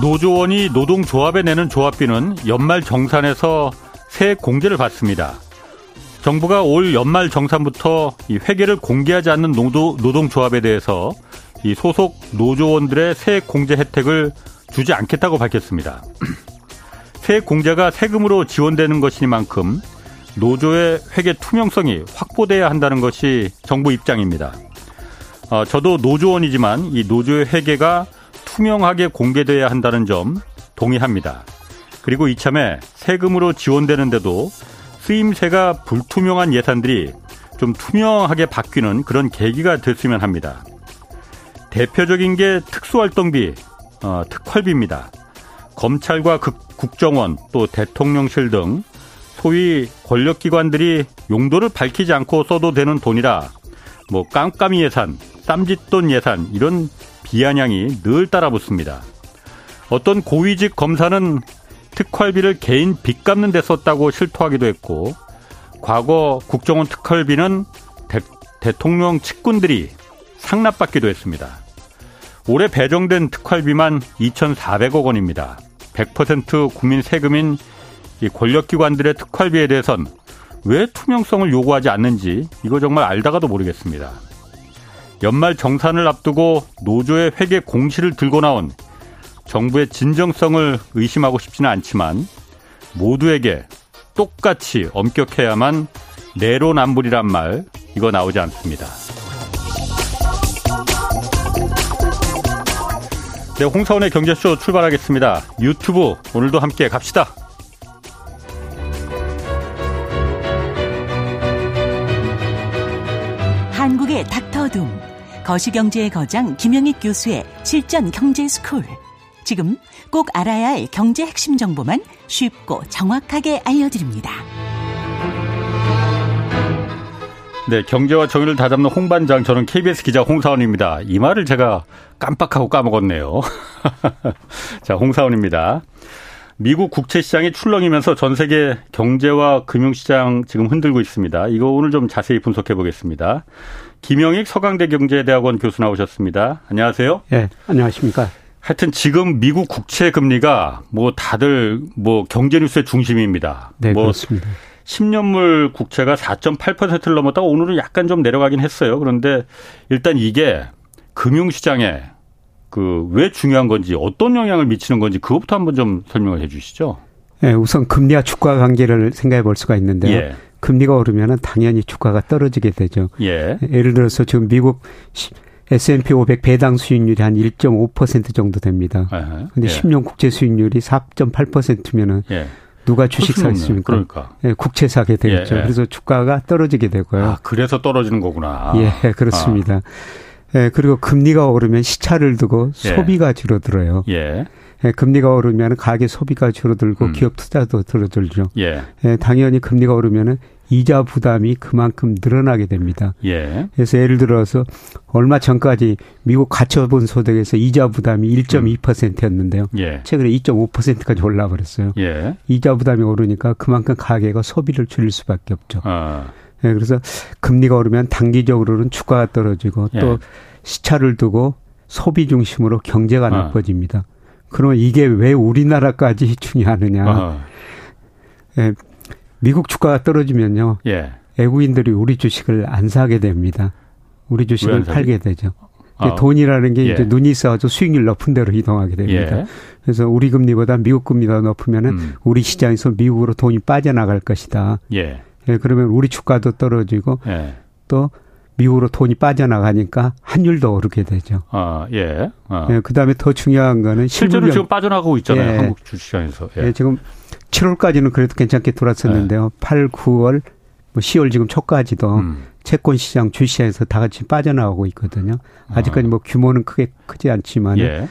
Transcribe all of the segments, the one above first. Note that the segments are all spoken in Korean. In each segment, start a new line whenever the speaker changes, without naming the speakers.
노조원이 노동조합에 내는 조합비는 연말 정산에서 세액 공제를 받습니다. 정부가 올 연말 정산부터 이 회계를 공개하지 않는 노조, 노동조합에 대해서 이 소속 노조원들의 세액 공제 혜택을 주지 않겠다고 밝혔습니다. 세액 공제가 세금으로 지원되는 것이니만큼 노조의 회계 투명성이 확보돼야 한다는 것이 정부 입장입니다. 어, 저도 노조원이지만 이 노조의 회계가 투명하게 공개돼야 한다는 점 동의합니다. 그리고 이참에 세금으로 지원되는데도 쓰임새가 불투명한 예산들이 좀 투명하게 바뀌는 그런 계기가 됐으면 합니다. 대표적인 게 특수활동비, 어, 특활비입니다. 검찰과 극, 국정원 또 대통령실 등 소위 권력기관들이 용도를 밝히지 않고 써도 되는 돈이라 뭐 깜깜이 예산, 쌈짓돈 예산 이런 비아냥이 늘 따라붙습니다. 어떤 고위직 검사는 특활비를 개인 빚 갚는 데 썼다고 실토하기도 했고 과거 국정원 특활비는 대, 통령 측근들이 상납받기도 했습니다. 올해 배정된 특활비만 2,400억 원입니다. 100% 국민 세금인 권력기관들의 특활비에 대해선 왜 투명성을 요구하지 않는지 이거 정말 알다가도 모르겠습니다. 연말 정산을 앞두고 노조의 회계 공시를 들고 나온 정부의 진정성을 의심하고 싶지는 않지만 모두에게 똑같이 엄격해야만 내로남불이란 말 이거 나오지 않습니다. 네, 홍사원의 경제쇼 출발하겠습니다. 유튜브 오늘도 함께 갑시다.
한국의 닥터둠 거시경제의 거장 김영익 교수의 실전 경제 스쿨. 지금 꼭 알아야 할 경제 핵심 정보만 쉽고 정확하게 알려드립니다.
네, 경제와 정의를 다잡는 홍반장 저는 KBS 기자 홍사원입니다. 이 말을 제가 깜빡하고 까먹었네요. 자, 홍사원입니다. 미국 국채 시장이 출렁이면서 전 세계 경제와 금융 시장 지금 흔들고 있습니다. 이거 오늘 좀 자세히 분석해 보겠습니다. 김영익 서강대 경제대학원 교수 나오셨습니다. 안녕하세요.
예, 네, 안녕하십니까?
하여튼 지금 미국 국채 금리가 뭐 다들 뭐 경제 뉴스의 중심입니다.
네,
뭐
그렇습니다.
10년물 국채가 4.8%를 넘었다가 오늘은 약간 좀 내려가긴 했어요. 그런데 일단 이게 금융 시장에 그 왜 중요한 건지 어떤 영향을 미치는 건지 그것부터 한번 좀 설명을 해 주시죠.
네, 우선 금리와 주가 관계를 생각해 볼 수가 있는데요. 예. 금리가 오르면은 당연히 주가가 떨어지게 되죠.
예.
예를 들어서 지금 미국 S&P 500 배당 수익률이 한 1.5% 정도 됩니다.
에헤,
근데
예.
10년 국채 수익률이 4.8%면은
예.
누가 주식
수준이네요.
사겠습니까?
그러니까.
예, 국채 사게 되겠죠.
예, 예.
그래서 주가가 떨어지게 되고요.
아, 그래서 떨어지는 거구나.
예, 그렇습니다. 예, 그리고 금리가 오르면 시차를 두고
아. 예.
소비가 줄어들어요.
아, 예.
예, 금리가 오르면 가계 소비가 줄어들고
음.
기업 투자도 줄어들죠.
예.
예, 당연히 금리가 오르면은 이자 부담이 그만큼 늘어나게 됩니다.
예.
그래서 예를 들어서 얼마 전까지 미국 가처분 소득에서 이자 부담이 1.2%였는데요.
예.
최근에 2.5%까지 올라 버렸어요.
예.
이자 부담이 오르니까 그만큼 가계가 소비를 줄일 수밖에 없죠.
아,
예, 그래서 금리가 오르면 단기적으로는 주가가 떨어지고 또
예.
시차를 두고 소비 중심으로 경제가
아.
나빠집니다. 그러면 이게 왜 우리나라까지 중요하느냐?
아,
예, 미국 주가가 떨어지면요,
예.
외국인들이 우리 주식을 안 사게 됩니다. 우리
왜안
주식을
사죠?
팔게 되죠.
아,
돈이라는 게
예.
이제 눈이 있어가지고 수익률 높은 데로 이동하게 됩니다. 네.
예.
그래서 우리 금리보다 미국 금리가 높으면은
음.
우리 시장에서 미국으로 돈이 빠져나갈 것이다.
예.
예, 그러면 우리 주가도 떨어지고
예.
또 미국으로 돈이 빠져나가니까 환율도 오르게 되죠.
아, 예. 아.
예, 그다음에 더 중요한 거는
실제로
실물경-
지금 빠져나가고 있잖아요.
예.
한국 주시장에서. 예. 네.
예, 지금 7월까지는 그래도 괜찮게 돌았었는데요. 8, 9월, 뭐 10월 지금 초까지도
음.
채권 시장, 주시장에서 다 같이 빠져나가고 있거든요. 아직까지 뭐 규모는 크게 크지 않지만, 예.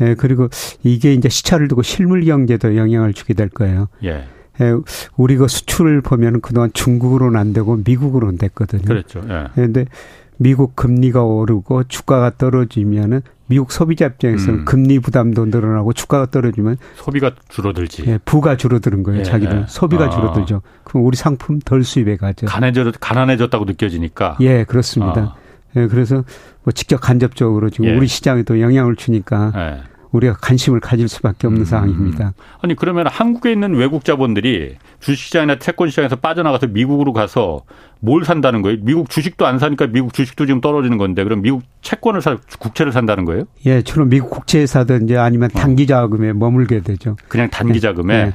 예.
그리고 이게 이제 시차를 두고 실물 경제도 영향을 주게 될 거예요.
예.
예, 우리 그 수출을 보면 은 그동안 중국으로는 안 되고 미국으로는 됐거든요.
그랬죠. 예.
그런데 미국 금리가 오르고 주가가 떨어지면은 미국 소비자 입장에서는
음.
금리 부담도 늘어나고 주가가 떨어지면
소비가 줄어들지.
예, 부가 줄어드는 거예요.
예,
자기들
예.
소비가
아.
줄어들죠. 그럼 우리 상품 덜 수입해 가죠.
가난해져, 가난해졌다고 느껴지니까.
예, 그렇습니다.
아,
예, 그래서 뭐 직접 간접적으로 지금
예.
우리 시장에도 영향을 주니까
예.
우리가 관심을 가질 수밖에 없는 음. 상황입니다.
아니 그러면 한국에 있는 외국 자본들이 주식시장이나 채권시장에서 빠져나가서 미국으로 가서 뭘 산다는 거예요? 미국 주식도 안 사니까 미국 주식도 지금 떨어지는 건데 그럼 미국 채권을 사 국채를 산다는 거예요?
예, 주로 미국 국채 사든지 아니면 단기 자금에 머물게 되죠.
그냥
네.
단기 자금에 예.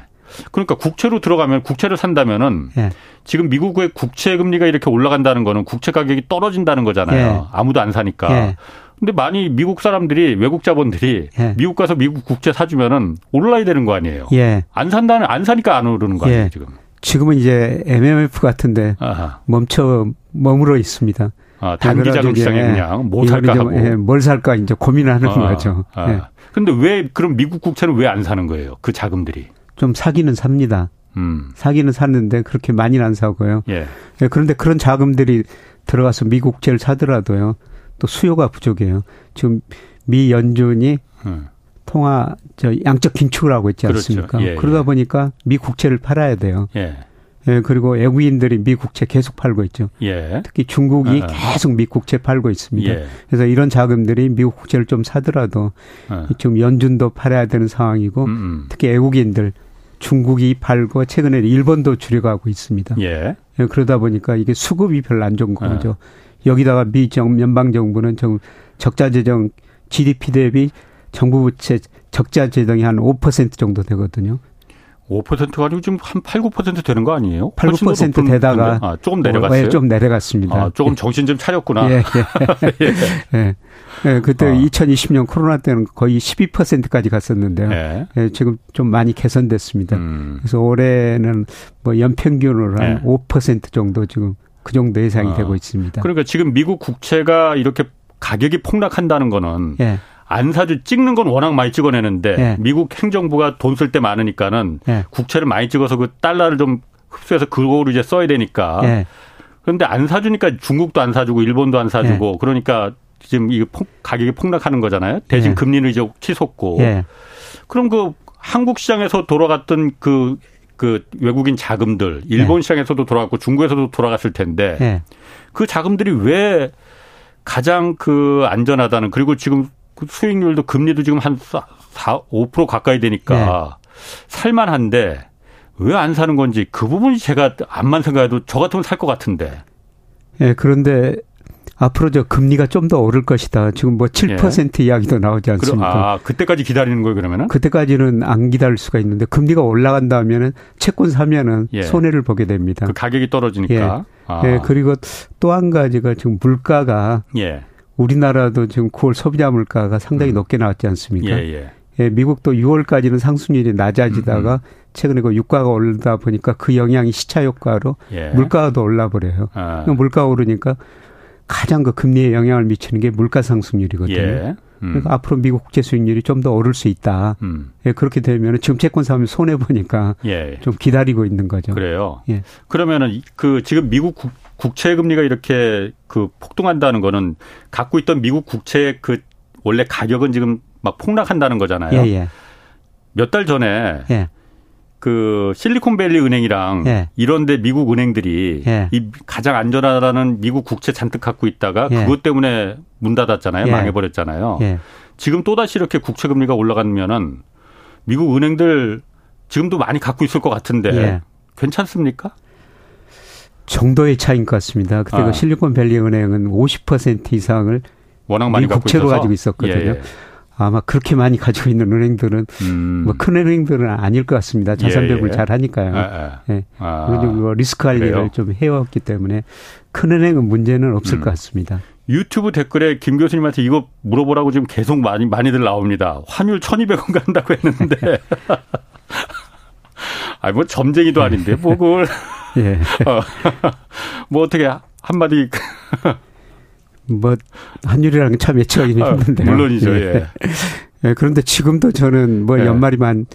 그러니까 국채로 들어가면 국채를 산다면은
네.
예. 지금 미국의 국채 금리가 이렇게 올라간다는 거는 국채 가격이 떨어진다는
네.
거잖아요. 예. 아무도 안 사니까.
그러니까.
예. 근데 많이 미국 사람들이 외국 자본들이
네.
미국 가서 미국 국채 사주면은 올라야 되는 거
예.
아니에요. 안 산다는 안 사니까 안 오르는 거 아니에요 지금.
지금은 이제 MMF 같은데 아하. 멈춰 머물러 있습니다.
아, 단기 자금 시장에 그냥 뭐 살까
이제,
하고
예, 뭘 살까 이제 고민하는 아, 거죠. 아. 예.
근데 왜 그럼 미국 국채는 왜 안 사는 거예요? 그 자금들이.
좀 사기는 삽니다. 음. 사기는 샀는데 그렇게 많이는 안 사고요. 예. 예, 그런데 그런 자금들이 들어가서 미국 채를 사더라도요. 또 수요가 부족해요. 지금 미 연준이 음. 통화 저 양적 긴축을 하고 있지 않습니까? 그렇죠. 예, 그러다 보니까 미 국채를 팔아야 돼요. 예, 그리고 외국인들이 미국채 계속 팔고 있죠. 예. 특히 중국이 아. 계속 미국채 팔고 있습니다. 예. 그래서 이런 자금들이 미국 국채를 좀 사더라도
어.
아. 지금 연준도 팔아야 되는 상황이고 음음. 특히 외국인들 중국이 팔고 최근에 일본도 줄여가고 있습니다. 예. 예 그러다 보니까 이게 수급이 별로 안 좋은 거죠. 아. 여기다가 미 정, 연방 정부는 좀 적자 재정 GDP 대비 정부 부채 적자 재정이 한 5% 정도 되거든요.
5% 가지고 지금 한 8, 9% 되는 거 아니에요?
8, 9% 되다가
아, 조금 내려갔어요.
어, 좀 내려갔습니다.
아, 조금 정신 좀 차렸구나. 아. 예,
예. 예. 예. 그때 어. 2020년 코로나 때는 거의 12%까지 갔었는데요.
네.
예. 예. 지금 좀 많이 개선됐습니다. 음. 그래서 올해는 뭐 연평균으로 한 5% 정도 지금 그 정도 예상이 어. 되고 있습니다.
그러니까 지금 미국 국채가 이렇게 가격이 폭락한다는
예.
거는 안 사주 찍는 건 워낙 많이 찍어내는데 예. 미국 행정부가 돈 쓸 때 많으니까는 예. 국채를 많이 찍어서 그 달러를 좀 흡수해서 그거로 이제 써야
아,
되니까 예. 그런데 안 사주니까 중국도 안 사주고 일본도 안
예.
사주고 그러니까 지금 이 가격이 폭락하는 거잖아요.
예.
대신 금리는 이제 치솟고 그럼 그 한국 시장에서 돌아갔던 그그 그 외국인 자금들
네.
일본 시장에서도 돌아갔고 중국에서도 돌아갔을
예.
텐데 그 자금들이 왜 가장 그 안전하다는 그리고 지금 그 수익률도 금리도 지금 한 4, 5% 가까이 되니까 네. 살만한데 왜 안 사는 건지 그 부분이 제가 안만 생각해도 저 같으면 살 것 같은데.
예, 네, 그런데 앞으로 저 금리가 좀 더 오를 것이다. 지금 뭐 7% 예. 이야기도 나오지 않습니까?
그러, 아, 그때까지 기다리는 거예요, 그러면은?
그때까지는 안 기다릴 수가 있는데 금리가 올라간다면은 채권 사면은 예. 손해를 보게 됩니다.
그 가격이 떨어지니까.
예. 아. 예 그리고 또 한 가지가 지금 물가가 예. 우리나라도 지금 9월 소비자 물가가 상당히 음. 높게 나왔지 않습니까? 예, 예. 예, 미국도 6월까지는 상승률이 낮아지다가 음. 최근에 그 유가가 올르다 보니까 그 영향이 시차 효과로
예.
물가가 더 올라 버려요. 네. 아. 물가가 오르니까 가장 그 금리에 영향을 미치는 게 물가
예.
상승률이거든요. 음. 그러니까 앞으로 미국 국제 수익률이 좀 더 오를 수 있다.
음.
예, 그렇게 되면 지금 채권 사면 손해 보니까 좀 기다리고 있는 거죠.
예. 그래요. 그러면은 그 지금 미국 국, 국채 금리가 이렇게 그 폭등한다는 거는 갖고 있던 미국 국채 그 원래 가격은 지금 막 폭락한다는 거잖아요. 예, 예. 몇달 전에 예. 그 실리콘밸리 은행이랑 이런데 미국 은행들이 이 가장 안전하다는 미국 국채 잔뜩 갖고 있다가 그것 때문에 문 닫았잖아요.
어,
망해버렸잖아요.
예,
지금 또 다시 이렇게 국채 금리가 올라가면은 미국 은행들 지금도 많이 갖고 있을 것
네.
같은데 괜찮습니까?
예. 정도의 차이인 것 같습니다. 그때 아. 그 실리콘밸리 은행은 50% 이상을
워낙 많이 갖고
국채로 가지고 있었거든요. 예, 예. 아마 그렇게 많이 가지고 있는 은행들은 음. 뭐큰 은행들은 아닐 것 같습니다. 자산 배분을 예, 잘 하니까요. 아, 아. 예. 그리고 뭐 리스크 관리를 그래요? 좀 해왔기 때문에 큰 은행은 문제는 없을 음. 것 같습니다.
유튜브 댓글에 김 교수님한테 이거 물어보라고 지금 계속 많이 많이들 나옵니다. 환율 1,200원 간다고 했는데 아니 뭐 점쟁이도 아닌데 뭐 그걸 예. 어, 뭐 어떻게 한마디
뭐 한율이랑 참 예측하기는 아, 힘든데
물론이죠. 예.
예. 그런데 지금도 저는 뭐 예. 연말이만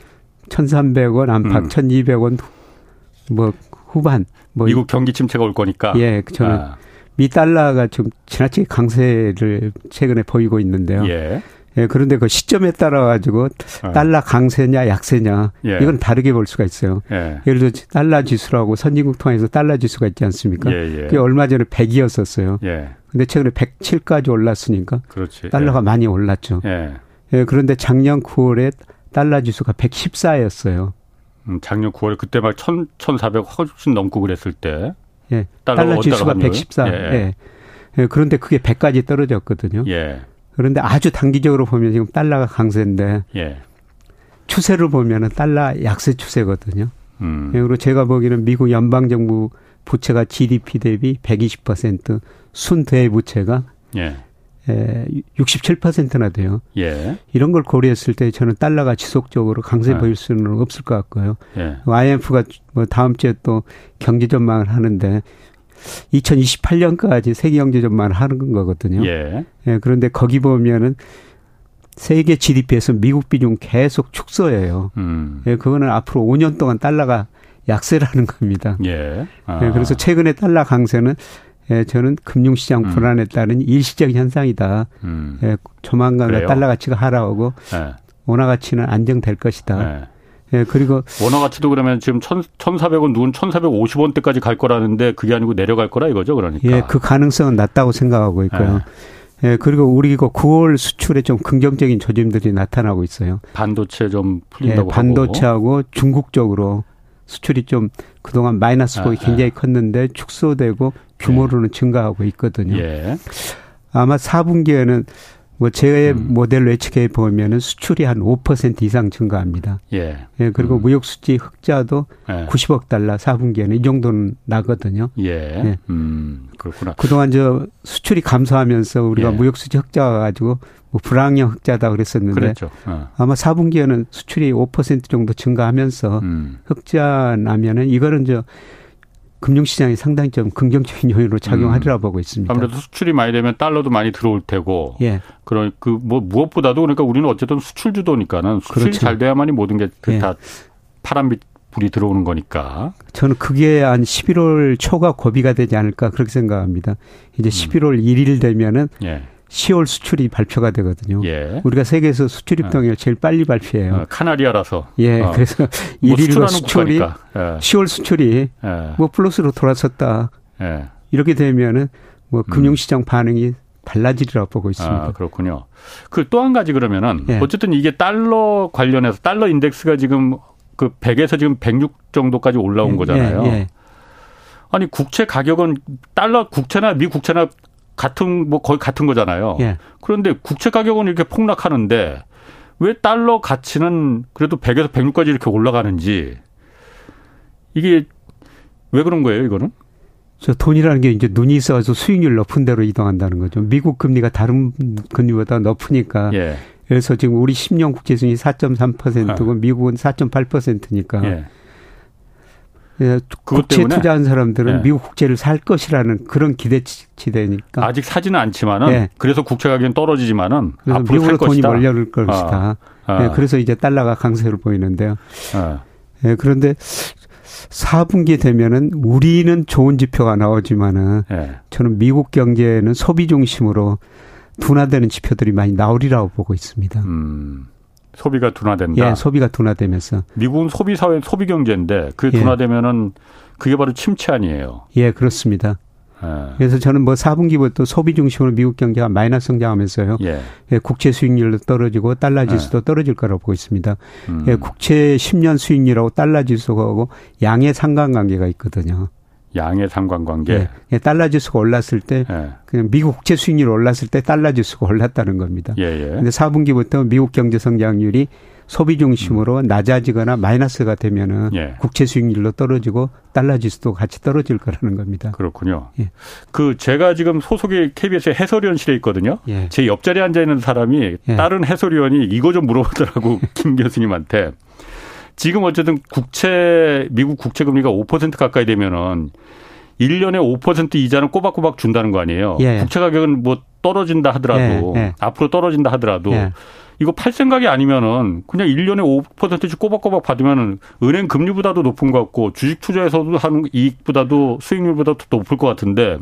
1,300원 안팎 음. 1,200원 뭐 후반 뭐
미국 경기 침체가 올 거니까
예, 저는 아. 미 달러가 좀 지나치게 강세를 최근에 보이고 있는데요. 예. 아. 예, 그런데 그 시점에 따라 가지고 달러 강세냐 약세냐 예. 이건 다르게 볼 수가 있어요. 예. 를 들어 달러 지수라고 선진국 통해서 달러 지수가 있지 않습니까? 예예. 그게 얼마 전에 예. 100이었었어요. 예. 근데 최근에 107까지 올랐으니까 그렇지. 달러가 많이 올랐죠. 예. 예, 그런데 작년 9월에 달러 지수가 114였어요.
음, 작년 9월 그때 막 1,000, 1,400 훨씬 넘고 그랬을 때.
예. 달러, 달러 지수가 114. 예. 예. 예. 그런데 그게 100까지 떨어졌거든요.
예.
그런데 아주 단기적으로 보면 지금 달러가 강세인데
예.
추세를 보면은 달러 약세 추세거든요.
음.
예, 그리고 제가 보기에는 미국 연방 정부 부채가 GDP 대비 120% 순대 부채가
예.
에 67%나 돼요.
예.
이런 걸 고려했을 때 저는 달러가 지속적으로 강세 보일 수는 없을 것 같고요.
예.
IMF가 뭐 다음 주에 또 경제 전망을 하는데 2028년까지 세계 경제 전망을 하는 거거든요.
예.
예, 그런데 거기 보면은 세계 GDP에서 미국 비중 계속 축소해요.
음.
예, 그거는 앞으로 5년 동안 달러가 약세라는 겁니다.
예. 아.
예, 그래서 최근에 달러 강세는 예, 저는 금융시장 불안에 따른 일시적인 현상이다.
음.
예, 조만간
그래요?
달러 가치가 하락하고
예.
원화 가치는 안정될 것이다.
예.
예, 그리고
원화 가치도 그러면 지금 1 1,400원 누군 1,450원대까지 갈 거라는데 그게 아니고 내려갈 거라 이거죠, 그러니까. 네.
예, 그 가능성은 낮다고 생각하고 있고요. 예, 그리고 우리 이거 9월 수출에 좀 긍정적인 조짐들이 나타나고 있어요.
반도체 좀
예,
풀린다고 하고.
반도체하고 중국 쪽으로 수출이 좀 그동안 마이너스 폭이
아, 아.
굉장히 컸는데 축소되고 규모로는 증가하고 있거든요.
예.
아마 4분기에는 뭐 제
음.
모델로 예측해 보면은 수출이 한 5% 이상 증가합니다.
예.
예, 그리고 무역 수지 흑자도
예.
90억 달러 4분기에는 이 정도는 나거든요.
예.
예.
음. 그렇구나.
그동안 저 수출이 감소하면서 우리가
예.
무역 수지 흑자가 가지고 뭐 불황형 흑자다 그랬었는데
그랬죠. 어.
아마 4분기에는 수출이 5% 정도 증가하면서
음.
흑자 나면은 이거는 저 금융시장이 상당히 좀 긍정적인 요인으로 작용하리라 보고
음.
있습니다.
아무래도 수출이 많이 되면 달러도 많이 들어올 테고
예,
그런 그 뭐 무엇보다도 그러니까 우리는 어쨌든 수출 주도니까는 수출이
그렇죠.
잘 돼야만이 모든 게그 다
예.
파란빛 불이 들어오는 거니까.
저는 그게 한 11월 초가 고비가 되지 않을까 그렇게 생각합니다.
음.
이제 11월 1일 되면은
예.
10월 수출이 발표가 되거든요.
예.
우리가 세계에서 수출입 동향을 제일 빨리 발표해요.
어, 카나리아라서
예,
어.
그래서
뭐
1일로
수출하는
수출이
국가니까. 아.
10월 수출이
예. 예.
뭐 플러스로 돌아섰다
예.
이렇게 되면은 뭐 금융시장 반응이 달라지리라 보고 있습니다.
음. 아, 그렇군요. 그 또 한 가지 그러면은
예.
어쨌든 이게 달러 관련해서 달러 인덱스가 지금 그 100에서 지금 106 정도까지 올라온
예,
거잖아요.
예, 예.
아니 국채 가격은 달러 국채나 미 국채나 같은 뭐 거의 같은 거잖아요.
예.
그런데 국채 가격은 이렇게 폭락하는데 왜 달러 가치는 그래도 100에서 106까지 이렇게 올라가는지 이게 왜 그런 거예요, 이거는?
저 돈이라는 게 이제 눈이 있어서 수익률 높은 데로 이동한다는 거죠. 미국 금리가 다른 금리보다 높으니까.
예.
그래서 지금 우리 10년 국채 수익이 4.3%고 미국은 4.8%니까.
아.
예,
예. 그것
국채
때문에?
투자한 사람들은
예.
미국 국채를 살 것이라는 그런 기대치대니까.
아직 사지는 않지만은
예.
그래서 국채 가격은 떨어지지만은
그래서
앞으로 살
미국으로 돈이
것이다.
몰려올 것이다.
아,
예, 그래서 이제 달러가 강세를 보이는데요.
아,
예, 그런데 4분기 되면은 우리는 좋은 지표가 나오지만은
예.
저는 미국 경제는 소비 중심으로 둔화되는 지표들이 많이 나오리라고 보고 있습니다.
음. 아. 소비가 둔화된다.
예, 소비가 둔화되면서
미국은 소비 사회, 소비 경제인데 그게
예.
둔화되면은 그게 바로 침체 아니에요.
예, 그렇습니다.
예.
그래서 저는 뭐 4분기부터 소비 중심으로 미국 경제가 마이너스 성장하면서요.
예.
예, 국채 수익률도 떨어지고 달러 지수도 떨어질 거라고 보고 있습니다.
네. 음.
예, 국채 10년 수익률하고 달러 지수하고 양의 상관관계가 있거든요.
양의 상관관계. 예.
예, 달러 지수가 올랐을 때
예.
그냥 미국 국채 수익률 올랐을 때 달러 지수가 올랐다는 겁니다.
예. 예.
근데 4분기부터 미국 경제 성장률이 소비 중심으로 낮아지거나 마이너스가 되면은
음. 예.
국채 수익률도 떨어지고 달러 지수도 같이 떨어질 거라는 겁니다.
그렇군요.
예.
그 제가 지금 소속이 KBS 의 해설위원실에 있거든요.
예.
제 옆자리에 앉아 있는 사람이
예.
다른 해설위원이 이거 좀 물어보더라고 김 교수님한테. 지금 어쨌든 국채 미국 국채 금리가 5% 가까이 되면은 1년에 5% 이자는 꼬박꼬박 준다는 거 아니에요.
예.
국채 가격은 뭐 떨어진다 하더라도
예, 예.
앞으로 떨어진다 하더라도
예.
이거 팔 생각이 아니면은 그냥 1년에 5%씩 꼬박꼬박 받으면은 은행 금리보다도 높은 것 같고 주식 투자에서도 하는 이익보다도 수익률보다 더 높을 것 같은데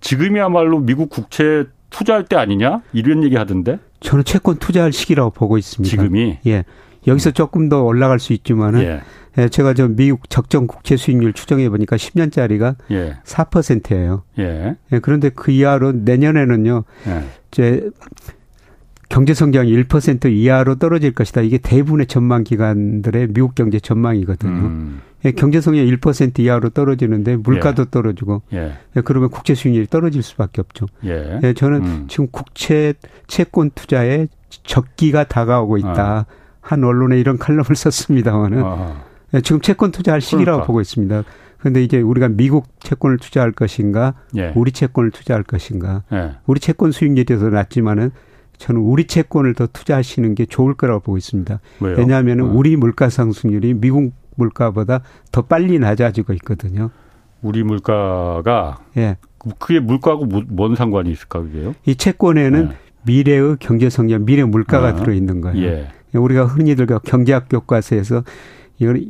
지금이야말로 미국 국채 투자할 때 아니냐 이런 얘기 하던데
저는 채권 투자할 시기라고 보고 있습니다.
지금이
예. 여기서 조금 더 올라갈 수 있지만은
예예
예, 제가 저 미국 적정 국채 수익률 추정해 보니까 10년짜리가
예.
4%예요.
예.
예, 그런데 그 이하로 내년에는요.
예.
이제 경제 성장이 1% 이하로 떨어질 것이다. 이게 대부분의 전망 기관들의 미국 경제 전망이거든요. 음. 경제 성장이 1% 이하로 떨어지는데 물가도 예. 떨어지고 예. 그러면 국채 수익률이 떨어질 수밖에 없죠. 예. 저는 음. 지금 국채 채권 투자에 적기가 다가오고 있다. 어. 한 언론에 이런 칼럼을 썼습니다마는 어. 지금 채권 투자할 시기라고 그러니까. 보고 있습니다. 그런데 이제 우리가 미국 채권을 투자할 것인가, 예. 우리 채권을 투자할 것인가, 예. 우리 채권 수익률이 더 낮지만은 저는 우리 채권을 더 투자하시는 게 좋을 거라고 보고 있습니다.
왜요?
왜냐하면 은 어. 우리 물가 상승률이 미국 물가보다 더 빨리 낮아지고 있거든요.
우리 물가가 예. 그게 물가하고 뭐, 뭔 상관이 있을까 그게요?
이 채권에는 예. 미래의 경제 성장, 미래 물가가 어. 들어 있는 거예요. 우리가 흔히들 그 경제학 교과서에서 이걸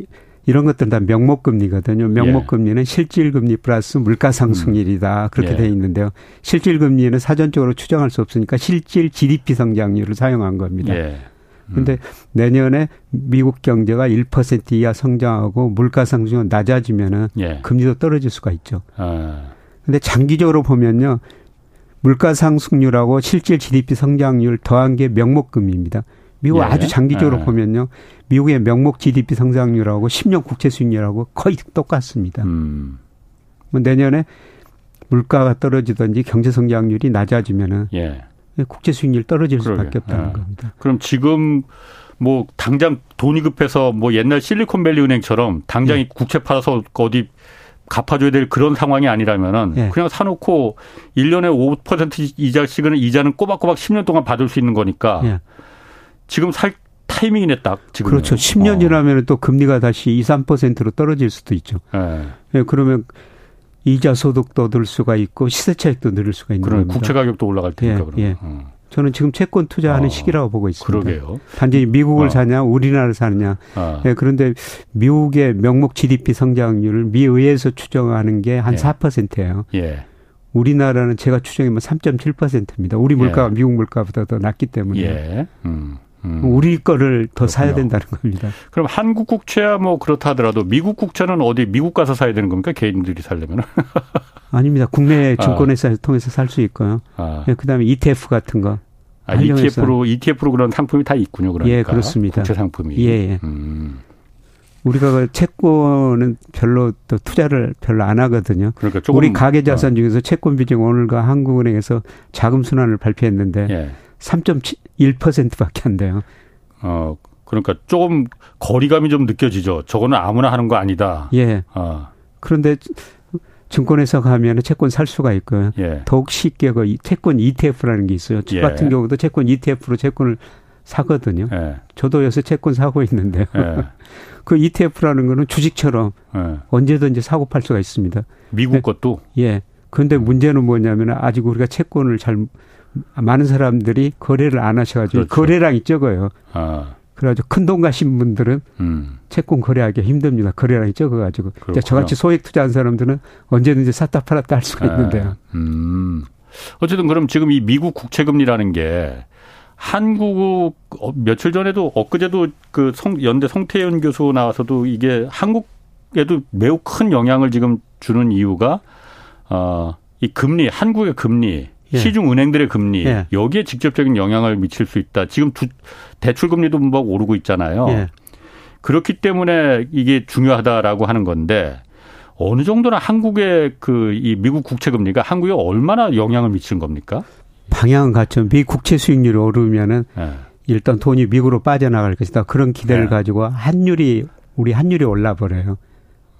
이런 것들은 다 명목금리거든요. 명목금리는 예. 실질금리 플러스 물가상승률이다. 그렇게 예. 돼 있는데요. 실질금리는 사전적으로 추정할 수 없으니까 실질 GDP 성장률을 사용한 겁니다. 예. 음. 근데 내년에 미국 경제가 1% 이하 성장하고 물가상승률 낮아지면은 예. 금리도 떨어질 수가 있죠. 아. 근데 장기적으로 보면요. 물가상승률하고 실질 GDP 성장률 더한 게 명목금리입니다. 미국 예. 아주 장기적으로 예. 보면요. 미국의 명목 GDP 성장률하고 10년 국채 수익률하고 거의 똑같습니다. 음. 내년에 물가가 떨어지든지 경제 성장률이 낮아지면은 예. 국채 수익률 떨어질 그러게. 수밖에 없다는 예. 겁니다.
그럼 지금 뭐 당장 돈이 급해서 뭐 옛날 실리콘밸리 은행처럼
예.
당장 국채 팔아서 어디 갚아줘야 될 그런 상황이 아니라면은 예. 그냥 사놓고 1년에 5% 이자씩은 이자는 꼬박꼬박 10년 동안 받을 수 있는
아,
거니까 지금 살 타이밍이네 딱 지금.
예. 그렇죠. 10년이라면 어. 또 금리가 다시 2, 3%로 떨어질 수도 있죠. 예. 예 그러면 이자 소득도 늘 수가 있고 시세 차익도 늘 수가 있는 그럼
국채 가격도 올라갈 테니까 예. 그러면. 예. 음.
저는 지금 채권 투자하는 어. 시기라고 보고 있습니다.
그러게요. 아,
단지 미국을 어. 사냐, 우리나라를 사느냐. 예, 그런데 미국의 명목 GDP 성장률을 미의에서 추정하는 게 한 4%예요. 예. 우리나라는 제가 추정이면 3.7%입니다. 우리 물가가 미국 물가보다 더 낮기
예.
때문에. 음. 음. 우리 거를 더 그렇군요. 사야 된다는 겁니다.
그럼 한국 국채야 뭐 그렇다 하더라도 미국 국채는 어디 미국 가서 사야 되는 겁니까? 개인들이 살려면?
아닙니다. 국내 증권회사 아. 통해서 살 수 있고요. 아. 네, 그다음에 ETF 같은 거.
아, ETF로 ETF로 그런 상품이 다 있군요. 그러니까.
예, 그렇습니다.
국채 상품이.
예. 예. 음. 우리가 그 채권은 별로 또 투자를 별로 안 하거든요.
그러니까
우리 가계 자산 어. 중에서 채권 비중 오늘과 한국은행에서 자금 순환을 발표했는데 예. 3.1%밖에 안 돼요.
어, 그러니까 조금 거리감이 좀 느껴지죠. 저거는 아무나 하는 거 아니다.
예. 어. 그런데 증권에서 가면 채권 살 수가 있고요. 예. 더욱 쉽게 그 채권 ETF라는 게 있어요. 저 예. 같은 경우도 채권 ETF로 채권을 사거든요. 예. 저도 요새 채권 사고 있는데요.
예.
그 ETF라는 거는 주식처럼 언제든지 사고 팔 수가 있습니다.
미국 네. 것도?
예. 그런데 문제는 뭐냐면 아직 우리가 채권을 잘 많은 사람들이 거래를 안 하셔가지고 그렇죠. 거래량이 적어요. 아. 그래가지고 큰 돈 가신 분들은 음. 채권 거래하기 힘듭니다. 거래량이 적어가지고. 그러니 저같이 소액 투자한 사람들은 언제든지 샀다 팔았다 할 수가 아. 있는데요.
음. 어쨌든 그럼 지금 이 미국 국채금리라는 게 한국 어, 며칠 전에도 엊그제도 그 성, 연대 성태현 교수 나와서도 이게 한국에도 매우 큰 영향을 지금 주는 이유가 어, 이 금리 한국의 금리 예. 시중 은행들의 금리 예. 여기에 직접적인 영향을 미칠 수 있다. 지금 주, 대출 금리도 막 오르고
어.
있잖아요. 예. 그렇기 때문에 이게 중요하다라고 하는 건데 어느 정도나 한국의 그 이 미국 국채 금리가 한국에 얼마나 영향을 미치는 겁니까?
방향은 같죠. 미 국채 수익률이 오르면은
예.
일단 돈이 미국으로 빠져나갈 것이다. 그런 기대를 가지고 환율이 우리 환율이 올라 버려요.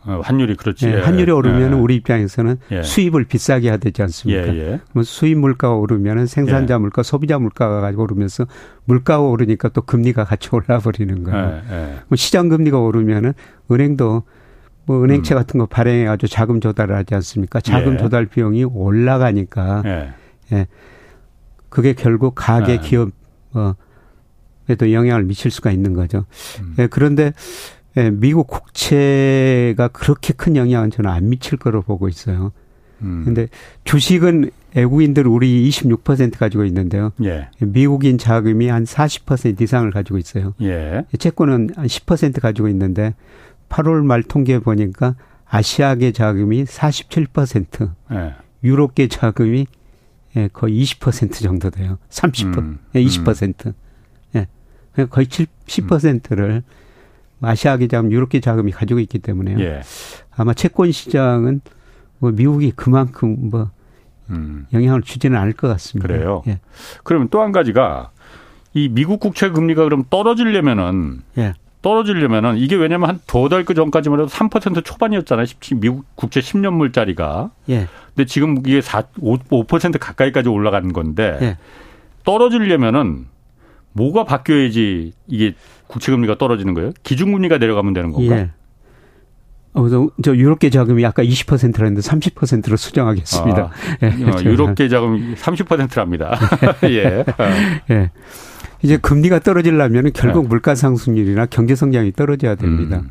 환율이 그렇지. 예,
환율이 오르면 예. 우리 입장에서는 예. 수입을 비싸게 해야 되지 않습니까? 예, 예. 수입 물가가 오르면 생산자 물가, 소비자 물가가 가지고 오르면서 물가가 오르니까 또 금리가 같이 올라 버리는 거예요. 뭐 시장 금리가 오르면은 은행도 뭐 은행채 음. 같은 거 발행해 가지고 자금 조달을 하지 않습니까? 자금 조달 비용이 올라가니까 예. 그게 결국 가계 기업 어에도 영향을 미칠 수가 있는 거죠. 음. 예, 그런데 예, 미국 국채가 그렇게 큰 영향은 저는 안 미칠 거로 보고 있어요. 음. 근데 주식은 외국인들 우리 26% 가지고 있는데요. 예. 미국인 자금이 한 40% 이상을 가지고 있어요. 예. 채권은 한 10% 가지고 있는데 8월 말 통계 보니까 아시아계 자금이 47%, 예. 유럽계 자금이 예, 거의 20% 정도 돼요. 30%, 음. 예, 20%. 음. 예. 거의 7, 10%를 아시아계 자금, 유럽계 자금이 가지고 있기
음.
때문에요. 예. 아마 채권 시장은 뭐 미국이 그만큼 뭐 음. 영향을 주지는 않을 것 같습니다.
그래요. 예. 그러면 또 한 가지가 이 미국 국채 금리가 그럼 떨어지려면은 예. 떨어지려면은 이게 왜냐면 한 두 달 그 전까지만 해도 3% 초반이었잖아요. 미국 국채 10년물짜리가. 예. 근데 지금 이게 4, 5, 5% 가까이까지 올라간 건데 예. 떨어지려면은 뭐가 바뀌어야지 이게 국채 금리가 떨어지는 거예요? 기준 금리가 내려가면 되는 건가? 예.
어, 저, 저 유럽계 자금이 아까 20%라는데 30%로 수정하겠습니다.
아, 어, 유럽계 자금 30%랍니다. 예.
예. 이제 금리가 떨어질라면 결국 예. 물가 상승률이나 경제 성장이 떨어져야 됩니다. 음.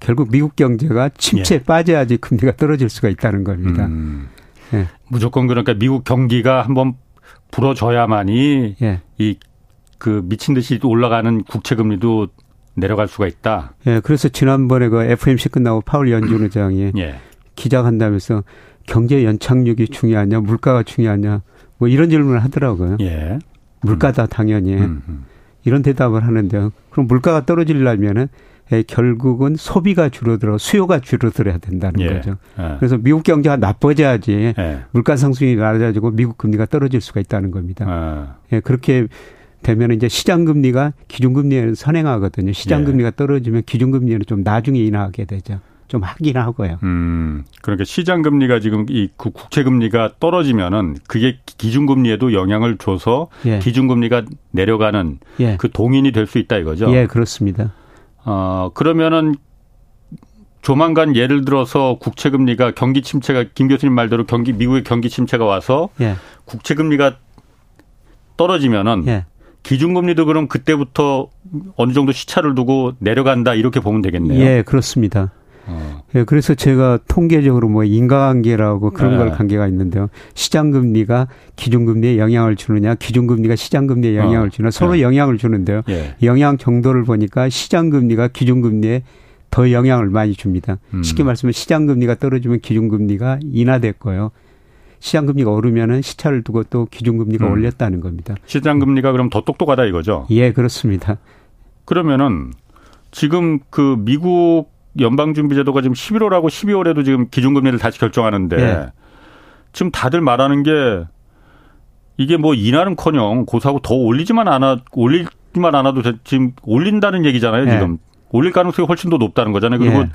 결국 미국 경제가 침체에 예. 빠져야지 금리가 떨어질 수가 있다는 겁니다. 음.
예. 무조건 그러니까 미국 경기가 한번 불어져야만이
예.
이 그 미친 듯이 올라가는 국채 금리도 내려갈 수가 있다.
예, 그래서 지난번에 그 FMC 끝나고 파월 연준
음.
의장이 예. 기자간담회에서 경제 연착륙이 중요하냐, 물가가 중요하냐, 뭐 이런 질문을 하더라고요. 예. 물가다 음. 당연히 음, 음. 이런 대답을 하는데요. 그럼 물가가 떨어지려면은 예, 결국은 소비가 줄어들어 수요가 줄어들어야 된다는 예. 거죠. 그래서 미국 경제가
예.
나빠져야지 물가 상승이 낮아지고 미국 금리가 떨어질 수가 있다는 겁니다.
어.
아. 예, 그렇게 되면 이제 시장금리가 기준금리에 선행하거든요. 시장금리가 떨어지면 기준금리는 좀 나중에 인하하게 되죠. 좀 하긴 하고요.
음, 그러니까 시장금리가 지금 이 국채금리가 떨어지면은 그게 기준금리에도 영향을 줘서
네.
예. 기준금리가 내려가는 예. 그 동인이 될 수 있다 이거죠.
예, 그렇습니다.
어, 그러면은 조만간 예를 들어서 국채금리가 경기 침체가 김 교수님 말대로 경기 미국의 경기 침체가 와서 예. 국채금리가
예.
떨어지면은 기준금리도 그럼 그때부터 어느 정도 시차를 두고 내려간다 이렇게 보면 음. 되겠네요.
예, 그렇습니다. 어. 예, 그래서 제가 통계적으로 뭐 인과관계라고 그런 네. 걸 관계가 있는데요. 시장금리가 기준금리에 영향을 주느냐, 기준금리가 시장금리에 영향을 어. 주느냐, 서로 네. 영향을 주는데요. 예. 영향 정도를 보니까 시장금리가 기준금리에 더 영향을 많이 줍니다. 음. 쉽게 말씀하면 시장금리가 떨어지면 기준금리가 인하됐고요. 시장금리가 오르면은 시차를 두고 또 기준금리가 음. 올렸다는 겁니다.
시장금리가 그럼 더 똑똑하다 이거죠?
예, 그렇습니다.
그러면은 지금 그 미국 연방준비제도가 지금 11월하고 12월에도 지금 기준금리를 다시 결정하는데 예. 지금 다들 말하는 게 이게 뭐 인하는커녕 고사하고 더 올리지만 않아 올리지만 않아도 지금 올린다는 얘기잖아요. 예. 지금 올릴 가능성이 훨씬 더 높다는 거잖아요. 그리고 예.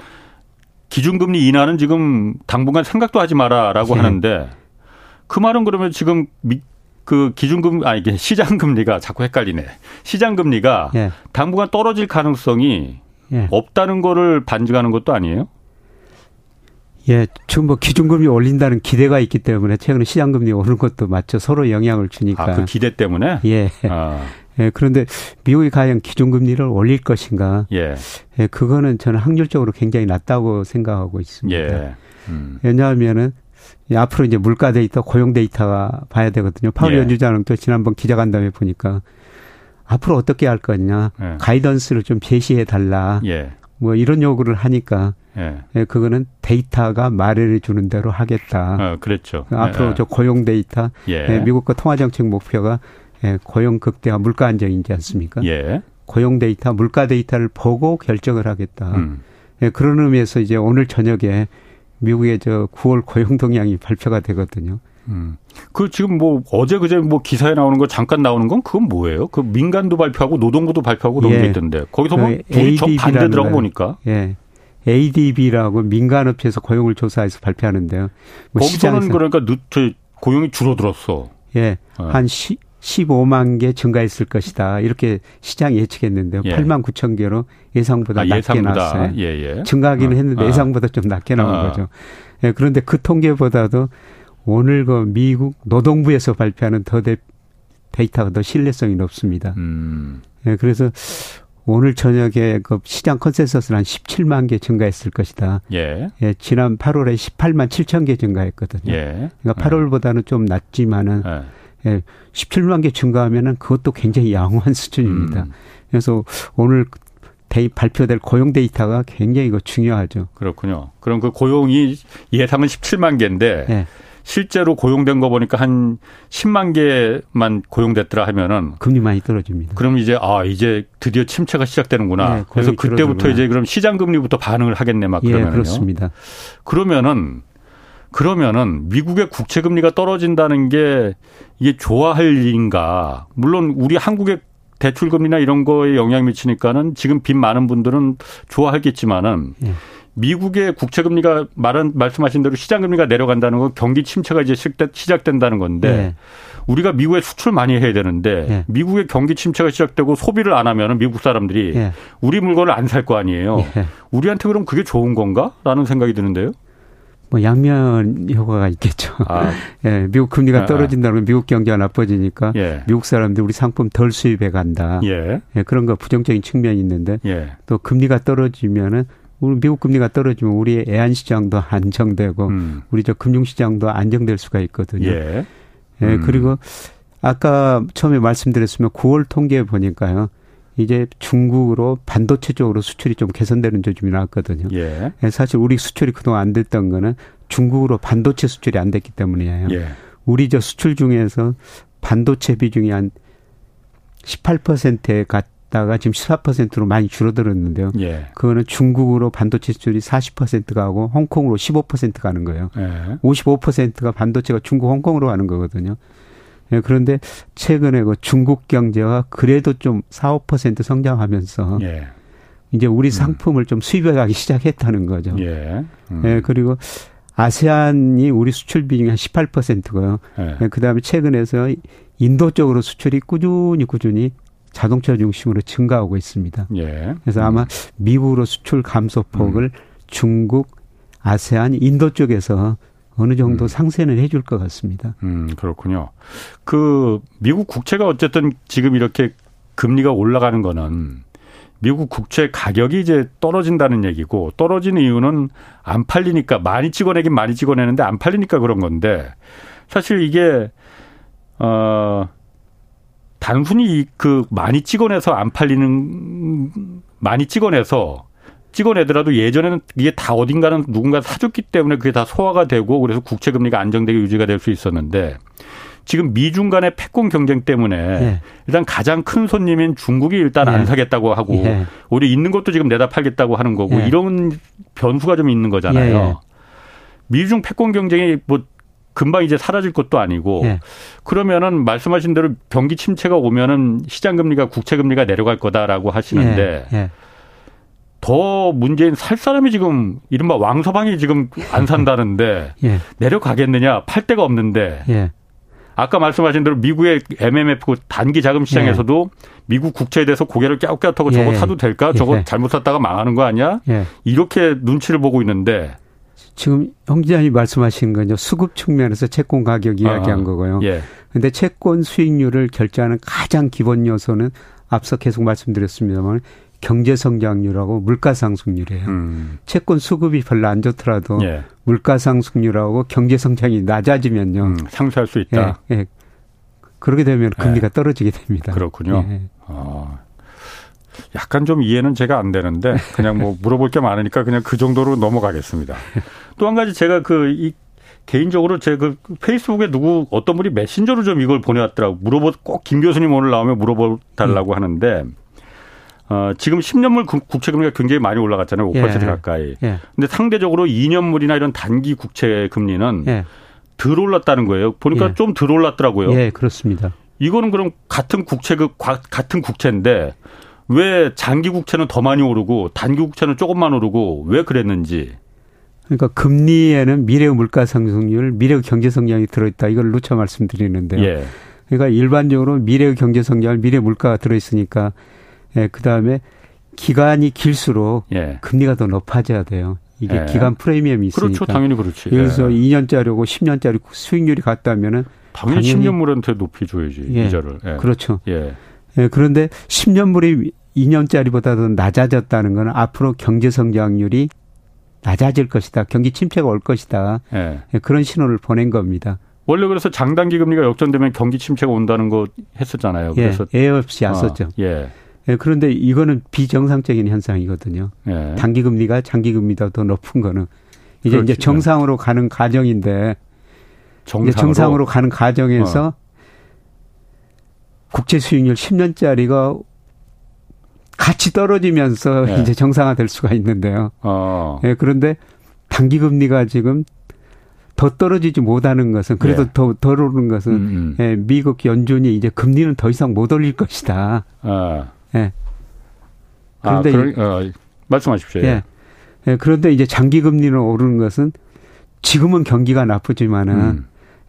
기준금리 인하는 지금 당분간 생각도 하지 마라라고 하는데 그 말은 그러면 지금 미, 그 기준금 아니 이게 시장 금리가 자꾸 헷갈리네. 시장
아.
금리가 예. 당분간 떨어질 가능성이 예. 없다는 거를 반증하는 것도 아니에요?
예, 지금 뭐 기준금리 올린다는 기대가 있기 때문에 최근에 시장금리 오른 것도 맞죠. 서로 영향을 주니까.
아, 그 기대 때문에?
그러니까. 예. 아. 예, 그런데 미국이 과연 기준금리를 올릴 것인가? 예. 예. 그거는 저는 확률적으로 굉장히 낮다고 생각하고 있습니다. 예. 음. 왜냐하면은 앞으로 이제 물가 데이터, 고용 데이터가 봐야 되거든요. 파월 예. 연주자는 또 지난번 기자간담회 보니까 앞으로 어떻게 할 거냐, 예. 가이던스를 좀 제시해 달라. 예. 뭐 이런 요구를 하니까 예. 그거는 데이터가 마련해 주는 대로 하겠다.
어, 그렇죠.
아.
예.
앞으로 저 고용 데이터, 예, 미국과 통화 정책 목표가 예, 고용 극대화, 물가 안정이지 않습니까?
예.
고용 데이터, 물가 데이터를 보고 결정을 하겠다. 음. 그런 의미에서 이제 오늘 저녁에 미국의 저 9월 고용 동향이 발표가 되거든요.
음. 그 지금 뭐 어제 그제 뭐 기사에 나오는 거 잠깐 나오는 건 그건 뭐예요? 그 민간도 발표하고 노동부도 발표하고 그런 예. 게 있던데 거기서 뭐
그
둘이 정반대더라고 보니까.
예. ADB라고 민간업체에서 고용을 조사해서 발표하는데요.
뭐 거기서는 그러니까 늦게 고용이 줄어들었어.
예. 예. 한 시, 15만 개 증가했을 것이다. 이렇게 시장 예측했는데요. 예. 8만 9천 개로 예상보다 아, 낮게 예상보다. 나왔어요. 예, 예. 증가하기는 어. 했는데 예상보다 좀 낮게 나온 어. 거죠. 예, 그런데 그 통계보다도 오늘 그 미국 노동부에서 발표하는 더 데, 데이터가 더 신뢰성이 높습니다. 음. 예, 그래서 오늘 저녁에 그 시장 컨센서스는 한 17만 개 증가했을 것이다. 예. 예 지난 8월에 18만 7천 개 증가했거든요. 예. 그러니까 8월보다는 좀 낮지만은 예, 17만 개 증가하면은 그것도 굉장히 양호한 수준입니다. 음. 그래서 오늘 데이, 발표될 고용 데이터가 굉장히 이거 중요하죠.
그렇군요. 그럼 그 고용이 예상은 17만 개인데 예. 실제로 고용된 거 보니까 한 10만 개만 고용됐더라 하면은
금리 많이 떨어집니다.
그럼 이제 아 이제 드디어 침체가 시작되는구나. 네, 그래서 그때부터 줄어들구나. 이제 그럼 시장 금리부터 반응을 하겠네 막 그러면요.
예, 그렇습니다.
그러면은 그러면은 미국의 국채 금리가 떨어진다는 게 이게 좋아할 일인가? 물론 우리 한국의 대출 금리나 이런 거에 영향 미치니까는 지금 빚 많은 분들은 좋아하겠지만은 예. 미국의 국채 금리가 말한 말씀하신 대로 시장 금리가 내려간다는 건 경기 침체가 이제 시작된다는
네.
건데 예. 우리가 미국에 수출 많이 해야 되는데 예. 미국의 경기 침체가 시작되고 소비를 안 하면은 미국
예,
사람들이 우리 물건을 안 살 거
어.
아니에요. 우리한테 그럼 그게 좋은 건가라는 생각이 드는데요.
뭐 양면 효과가 있겠죠. 아. 예, 미국 금리가 떨어진다면 미국 경제가 나빠지니까 예. 미국 사람들이 우리 상품 덜 수입해 간다. 예. 예 그런 거 부정적인 측면이 있는데
예.
또 금리가 떨어지면은 우리 미국 금리가 떨어지면 우리 애안 시장도 안정되고 음. 우리 저 금융 시장도 안정될 수가 있거든요. 예. 음. 그리고 아까 처음에 말씀드렸으면 9월 통계 보니까요. 이제 중국으로 반도체 쪽으로 수출이 좀 개선되는 조짐이 나왔거든요. 예. 사실 우리 수출이 그동안 안 됐던 거는 중국으로 반도체 수출이 안 됐기 때문이에요. 예. 우리 저 수출 중에서 반도체 비중이 한 18%에 갔다가 지금 14%로 많이 줄어들었는데요. 예. 그거는 중국으로 반도체 수출이 40% 가고 홍콩으로 15% 가는 거예요. 예. 55%가 반도체가 중국 홍콩으로 가는 거거든요. 예, 그런데 최근에 그 중국 경제가 그래도 좀 4, 5% 성장하면서 예. 이제 우리 상품을 음. 좀 수입해 가기 시작했다는 거죠. 예. 음. 예. 그리고 아세안이 우리 수출 비중이 한 18%고요. 예. 그다음에 최근에서 인도 쪽으로 수출이 꾸준히 꾸준히 자동차 중심으로 증가하고 있습니다. 예. 그래서 아마 음. 미국으로 수출 감소폭을 중국, 아세안, 인도 쪽에서 어느 정도 음. 상세는 해줄 것 같습니다.
음, 그렇군요. 그, 미국 국채가 어쨌든 지금 이렇게 금리가 올라가는 거는 미국 국채 가격이 이제 떨어진다는 얘기고 떨어지는 이유는 안 팔리니까 많이 찍어내긴 많이 찍어내는데 안 팔리니까 그런 건데 사실 이게, 어, 단순히 그 많이 찍어내서 안 팔리는, 많이 찍어내서 찍어내더라도 예전에는 이게 다 어딘가는 누군가 사줬기 때문에 그게 다 소화가 되고 그래서 국채 금리가 안정되게 유지가 될 수 있었는데 지금 미중 간의 패권 경쟁 때문에
네.
예. 일단 가장 큰 손님인 중국이 일단 예. 안 사겠다고 하고 예. 오히려 있는 것도 지금 내다 팔겠다고 하는 거고 이런 변수가 좀 있는 거잖아요. 미중 패권 경쟁이 뭐 금방 이제 사라질 것도 아니고 그러면은 말씀하신 대로 경기 침체가 오면은 시장 금리가 국채 금리가 내려갈 거다라고
예,
하시는데 더 문재인 살 사람이 지금 이른바 왕서방이 지금 안 산다는데 예. 내려가겠느냐 팔 데가 없는데 예. 아까 말씀하신 대로 미국의 MMF 단기 자금 시장에서도 예. 미국 국채에 대해서 고개를 깨웃깨웃하고 저거 사도 될까 저거 잘못 샀다가 망하는 거 아니야 이렇게 눈치를 보고 있는데
예. 지금 홍 기자님 말씀하신 건요 수급 측면에서 채권 가격 이야기한 아, 거고요.
예.
그런데 채권 수익률을 결정하는 가장 기본 요소는 앞서 계속 말씀드렸습니다만 경제 성장률하고 물가 상승률이에요. 음. 채권 수급이 별로 안 좋더라도 예. 물가 상승률하고 경제 성장이 낮아지면요. 음,
상쇄할 수 있다.
예, 예. 그렇게 되면 금리가 떨어지게 됩니다.
예.
예,
그렇군요. 어. 약간 좀 이해는 제가 안 되는데 그냥 뭐 물어볼 게 많으니까 그냥 그 정도로 넘어가겠습니다. 또 한 가지 제가 그이 개인적으로 제 그 페이스북에 누구 어떤 분이 메신저로 좀 이걸 보내왔더라고 물어보 꼭 김 교수님 오늘 나오면 물어보 달라고 하는데 어, 지금 10년물 국채 금리가 굉장히 많이 올라갔잖아요. 5% 예. 가까이. 예. 근데 상대적으로 2년물이나 이런 단기 국채 금리는 예. 덜 올랐다는 거예요. 보니까 예. 좀덜 올랐더라고요.
예, 그렇습니다.
이거는 그럼 같은 국채 그 같은 국채인데 왜 장기 국채는 더 많이 오르고 단기 국채는 조금만 오르고 왜 그랬는지.
그러니까 금리에는 미래 물가 상승률, 미래 경제 성장이 들어 있다. 이걸 누차 말씀드리는데요. 예. 그러니까 일반적으로 미래 경제 성장, 미래 물가가 들어 있으니까 예, 그 다음에 기간이 길수록 예. 금리가 더 높아져야 돼요. 이게 예. 기간 프리미엄이 있으니까.
그렇죠, 당연히 그렇지.
예를 들어서 예. 2년짜리고 10년짜리 수익률이 같다면은
당연히, 당연히 10년물한테 높이 줘야지 예. 이자를.
그렇죠. 예. 그런데 10년물이 2년짜리보다 더 낮아졌다는 건 앞으로 경제 성장률이 낮아질 것이다. 경기 침체가 올 것이다. 예, 그런 신호를 보낸 겁니다.
예. 원래 그래서 장단기 금리가 역전되면 경기 침체가 온다는 거 했었잖아요. 그래서 어,
예, 애 없이 아었죠 아, 예, 그런데 이거는 비정상적인 현상이거든요. 예. 단기 금리가 장기 금리보다 더 높은 거는 이제 그렇지. 이제 정상으로 가는 과정인데
정상으로,
정상으로 가는 과정에서 어. 국제 수익률 10년짜리가 같이 떨어지면서 네. 이제 정상화될 수가 있는데요. 어. 예, 그런데 단기 금리가 지금 더 떨어지지 못하는 것은 그래도 예. 더, 덜 오른 것은 음음. 예, 미국 연준이 이제 금리는 더 이상 못 올릴 것이다. 아. 예.
그런데 아, 그런, 어, 말씀하십시오.
예. 예. 그런데 이제 장기 금리는 오르는 것은 지금은 경기가 나쁘지만은 음.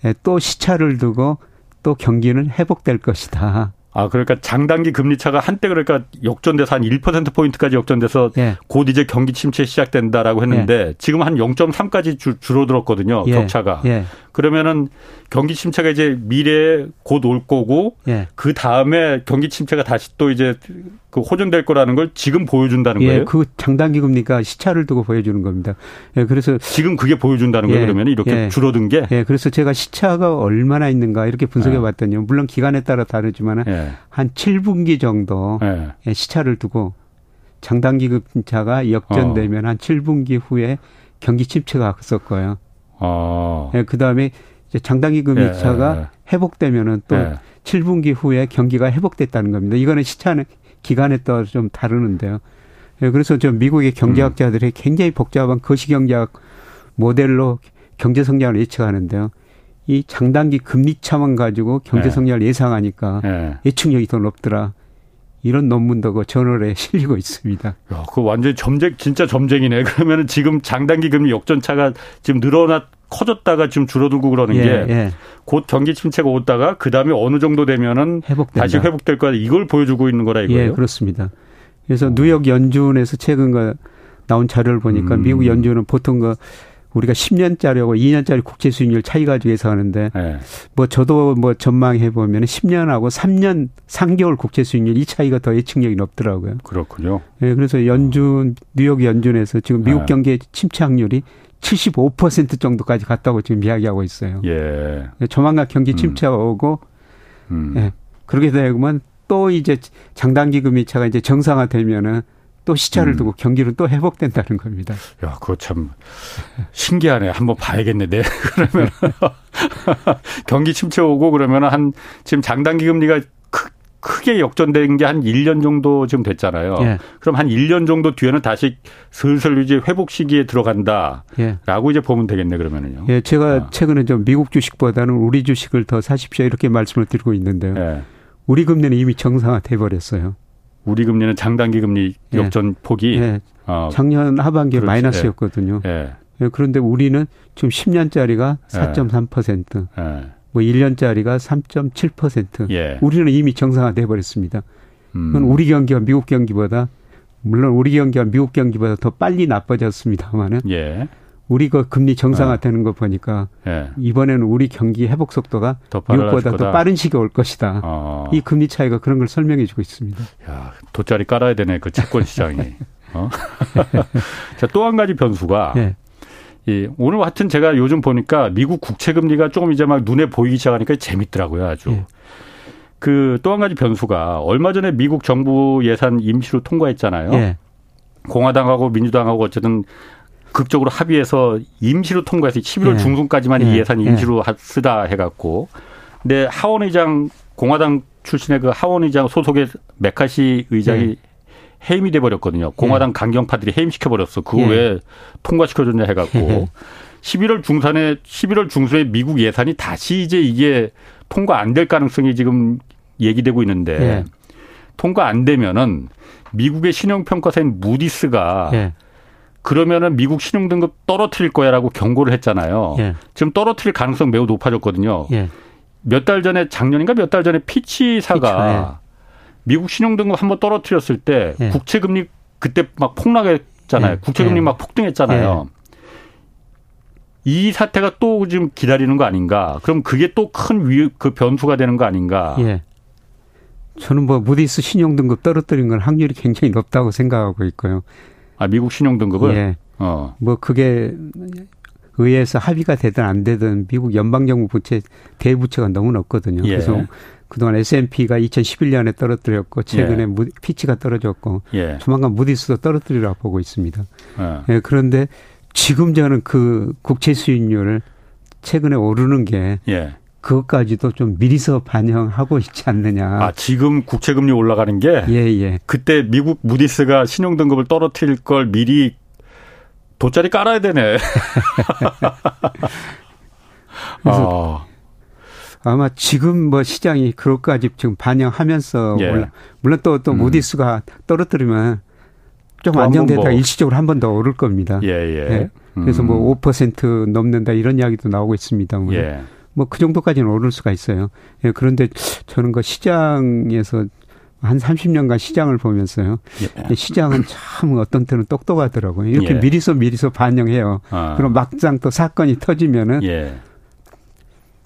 예, 또 시차를 두고 또 경기는 회복될 것이다.
아, 그러니까 장단기 금리 차가 한때 그러니까 역전돼서 한 1%포인트까지 역전돼서 예. 곧 이제 경기 침체 시작된다라고 했는데 예. 지금 한 0.3까지 줄, 줄어들었거든요. 예. 격차가. 그러면은 경기 침체가 이제 미래에 곧 올 거고
예.
그 다음에 경기 침체가 다시 또 이제 그 호전될 거라는 걸 지금 보여준다는 거예요.
그 장단기 금리가 시차를 두고 보여주는 겁니다. 예, 그래서
지금 그게 보여준다는 거예요. 그러면 이렇게 줄어든 게.
예, 그래서 제가 시차가 얼마나 있는가 이렇게
아.
분석해 봤더니 물론 기간에 따라
예.
다르지만 은한 7분기 정도 네. 시차를 두고 장단기 급차가 역전되면 어. 한 7분기 후에 경기 침체가 왔었고요. 어.
예.
네, 그다음에 이제 장단기 금리차가 예, 예. 회복되면은 또 예. 7분기 후에 경기가 회복됐다는 겁니다. 이거는 시차는 기간에 따라 좀 다르는데요. 예, 그래서 좀 미국의 경제학자들이 음. 굉장히 복잡한 거시경제학 모델로 경제 성장을 예측하는데요. 이 장단기 금리 차만 가지고
예.
경제 성장을 네. 예상하니까 네. 예측력이 더 높더라. 이런 논문도 그 저널에 실리고 있습니다.
야, 그 완전히 점쟁 진짜 점쟁이네. 그러면은 지금 장단기 금리 역전차가 지금 늘어났 커졌다가 지금 줄어들고 그러는 예, 게곧 예. 경기 침체가 오다가 그다음에 어느 정도 되면은 회복된다. 다시 회복될 거다. 이걸 보여주고 있는 거라 이거예요.
예, 그렇습니다. 그래서 오. 뉴욕 연준에서 최근 거 나온 자료를 보니까 음. 미국 연준은 보통 그 우리가 10년짜리하고 2년짜리 국제 수익률 차이 가지고 예상하는데 네. 뭐 저도 뭐 전망해 보면 10년하고 3년 3개월 국제 수익률 이 차이가 더 예측력이 높더라고요.
그렇군요.
네, 그래서 연준 뉴욕 연준에서 지금 미국 네. 경제 침체확률이 75% 정도까지 갔다고 지금 이야기하고 있어요. 예. 조만간 경기 침체가 음. 오고 음. 예. 그렇게 되면 또 이제 장단기 금리 차가 이제 정상화되면은 또 시차를 두고 음. 경기는 또 회복된다는 겁니다.
야, 그거 참 신기하네. 한번 봐야겠네. 네. 그러면 경기 침체 오고 그러면 한 지금 장단기 금리가 크게 역전된 게 한 1년 정도 지금 됐잖아요.
어.
예. 그럼 한 1년 정도 뒤에는 다시 슬슬 이제 회복 시기에 들어간다라고 예. 이제 보면 되겠네 그러면은요.
예, 제가 아. 최근에 좀 미국 주식보다는 우리 주식을 더 사십시오 이렇게 말씀을 드리고 있는데요. 예. 우리 금리는 이미 정상화 돼 버렸어요.
우리 금리는 장단기 금리 역전 예. 폭이 예.
어. 작년 하반기에 그렇지. 마이너스였거든요. 예. 그런데 우리는 지금 10년짜리가 4.3%, 예. 뭐 1년짜리가 3.7%. 예. 우리는 이미 정상화돼 버렸습니다. 음. 그건 우리 경기와 미국 경기보다 물론 우리 경기와 미국 경기보다 더 빨리 나빠졌습니다만은
예,
우리 그 금리 정상화되는 거 보니까 이번에는 우리 경기 회복 속도가 더 미국보다 거다. 더 빠른 시기에 올 것이다.
아,
어. 이 금리 차이가 그런 걸 설명해 주고 있습니다.
야, 돗자리 깔아야 되네 그 채권 시장이. 어? 자또 한 가지 변수가 예. 이 오늘 하여튼 제가 요즘 보니까 미국 국채 금리가 조금 이제 막 눈에 보이기 시작하니까 재밌더라고요 아주. 예. 그또 한 가지 변수가 얼마 전에 미국 정부 예산 임시로 통과했잖아요. 예. 공화당하고 민주당하고 어쨌든 극적으로 합의해서 임시로 통과해서 11월 예. 중순까지만 예. 이 예산 임시로 예. 쓰다 해갖고 근데 하원 의장 공화당 출신의 그 하원 의장 소속의 메카시 의장이 해임이 돼 버렸거든요. 공화당 강경파들이 해임시켜 버렸어. 그거 왜 통과시켜 줬냐 해갖고 11월 중산에 11월 중순에 미국 예산이 다시 이제 이게 통과 안 될 가능성이 지금 얘기되고 있는데 통과 안 되면은 미국의 신용평가사인 무디스가
예,
그러면은 미국 신용등급 떨어뜨릴 거야라고 경고를 했잖아요. 예. 지금 떨어뜨릴 가능성 매우 높아졌거든요. 예. 몇달 전에 작년인가 몇 달 전에 피치사가 피치, 예. 미국 신용등급 한번 떨어뜨렸을 때 국채금리 그때 막 폭락했잖아요. 국채금리 막 폭등했잖아요. 이 사태가 또 지금 기다리는 거 아닌가? 그럼 그게 또 큰 위 그 변수가 되는 거 아닌가?
예. 저는 뭐 무디스 신용등급 떨어뜨린 건 확률이 굉장히 높다고 생각하고 있고요.
아, 미국 신용등급을?
예. 어. 뭐 그게 의회에서 합의가 되든 안 되든 미국 연방정부 부채, 대부채가 너무 높거든요. 예. 그래서 그동안 S&P가 2011년에 떨어뜨렸고 최근에 예. 무, 피치가 떨어졌고 예. 조만간 무디스도 떨어뜨리라고
어.
보고 있습니다. 예. 그런데 지금 저는 그 국채 수익률을 최근에 오르는 게 예. 그것까지도 좀 미리서 반영하고 있지 않느냐.
아, 지금 국채금리 올라가는 게?
예, 예.
그때 미국 무디스가 신용등급을 떨어뜨릴 걸 미리 돗자리 깔아야 되네.
그래서 아. 아마 지금 뭐 시장이 그것까지 지금 반영하면서 예. 올라, 물론 또또 또 무디스가 음. 떨어뜨리면 좀 안정되다가 뭐. 일시적으로 한 번 더 오를 겁니다.
예, 예. 예.
그래서 음. 뭐5% 넘는다 이런 이야기도 나오고 있습니다. 뭐. 예. 뭐그 정도까지는 오를 수가 있어요. 예, 그런데 저는 그 시장에서 한 30년간 시장을 보면서요. 예. 시장은 참 어떤 때는 똑똑하더라고요. 이렇게 예. 미리서 미리서 반영해요. 아. 그럼 막상 또 사건이 터지면은 예.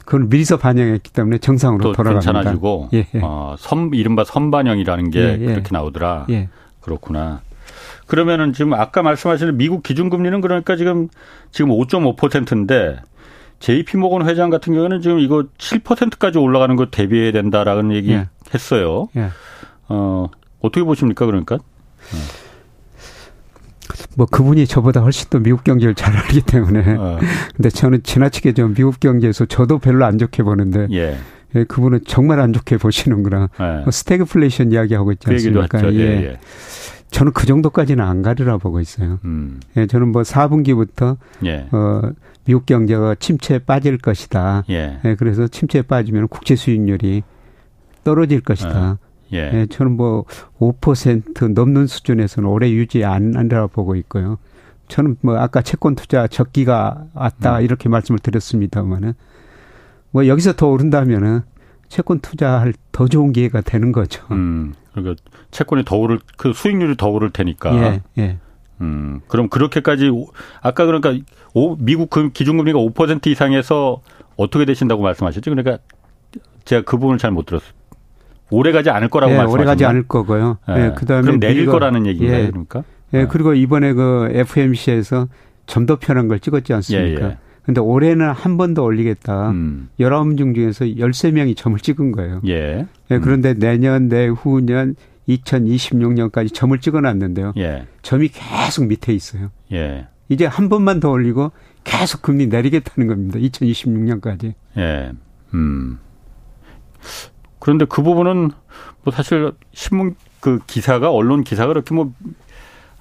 그건 미리서 반영했기 때문에 정상으로 돌아갑니다.
괜찮아지고 예. 어, 선 이른바 선반영이라는
예,
게 그렇게 나오더라. 그렇구나. 그러면은 지금 아까 말씀하신 미국 기준금리는 그러니까 지금 지금 5.5%인데 JP 모건 회장 같은 경우에는 지금 이거 7%까지 올라가는 거 대비해야 된다라는 얘기 예. 했어요. 예. 어, 어떻게 보십니까, 그러니까? 어.
뭐 그분이 저보다 훨씬 더 미국 경제를 잘 알기 때문에. 어. 근데 저는 지나치게 좀 미국 경제에서 저도 별로 안 좋게 보는데.
음.
예. 예 그분은 정말 안 좋게 보시는구나. 뭐 스태그플레이션 이야기하고 있지 않습니까?
그 예.
저는 그 정도까지는 안 가리라 보고 있어요. 음. 예, 저는 뭐 4분기부터 예. 어, 미국 경제가 침체에 빠질 것이다. 예. 예 그래서 침체에 빠지면 국제 수익률이 떨어질 것이다. 예. 예 저는 뭐 5% 넘는 수준에서는 오래 유지 안 한다고 보고 있고요. 저는 뭐 아까 채권 투자 적기가 왔다 음. 이렇게 말씀을 드렸습니다만은 뭐 여기서 더 오른다면은 채권 투자할 더 좋은 기회가 되는 거죠.
음. 그러니까 채권이 더 오를 그 수익률이 더 오를 테니까.
예, 예.
음. 그럼 그렇게까지 아까 그러니까 오, 미국 기준금리가 5% 이상에서 어떻게 되신다고 말씀하셨죠? 그러니까 제가 그 부분을 잘 못 들었어요. 오래 가지 않을 거라고
예,
말씀하셨죠.
오래 가지 않을 거고요. 예. 예 그다음에
그럼 내릴 미국, 거라는 얘기인가요, 예, 그러니까?
예, 그리고 이번에 그 FMC에서 점도 편한 걸 찍었지 않습니까? 예, 근데 올해는 한 번 더 올리겠다. 음. 19중 중에서 13명이 점을 찍은 거예요.
예.
네, 그런데 음. 내년, 내후년, 2026년까지 점을 찍어 놨는데요. 예. 점이 계속 밑에 있어요.
예.
이제 한 번만 더 올리고 계속 금리 내리겠다는 겁니다. 2026년까지.
예. 음. 그런데 그 부분은 뭐 사실 신문 그 기사가 언론 기사가 그렇게 뭐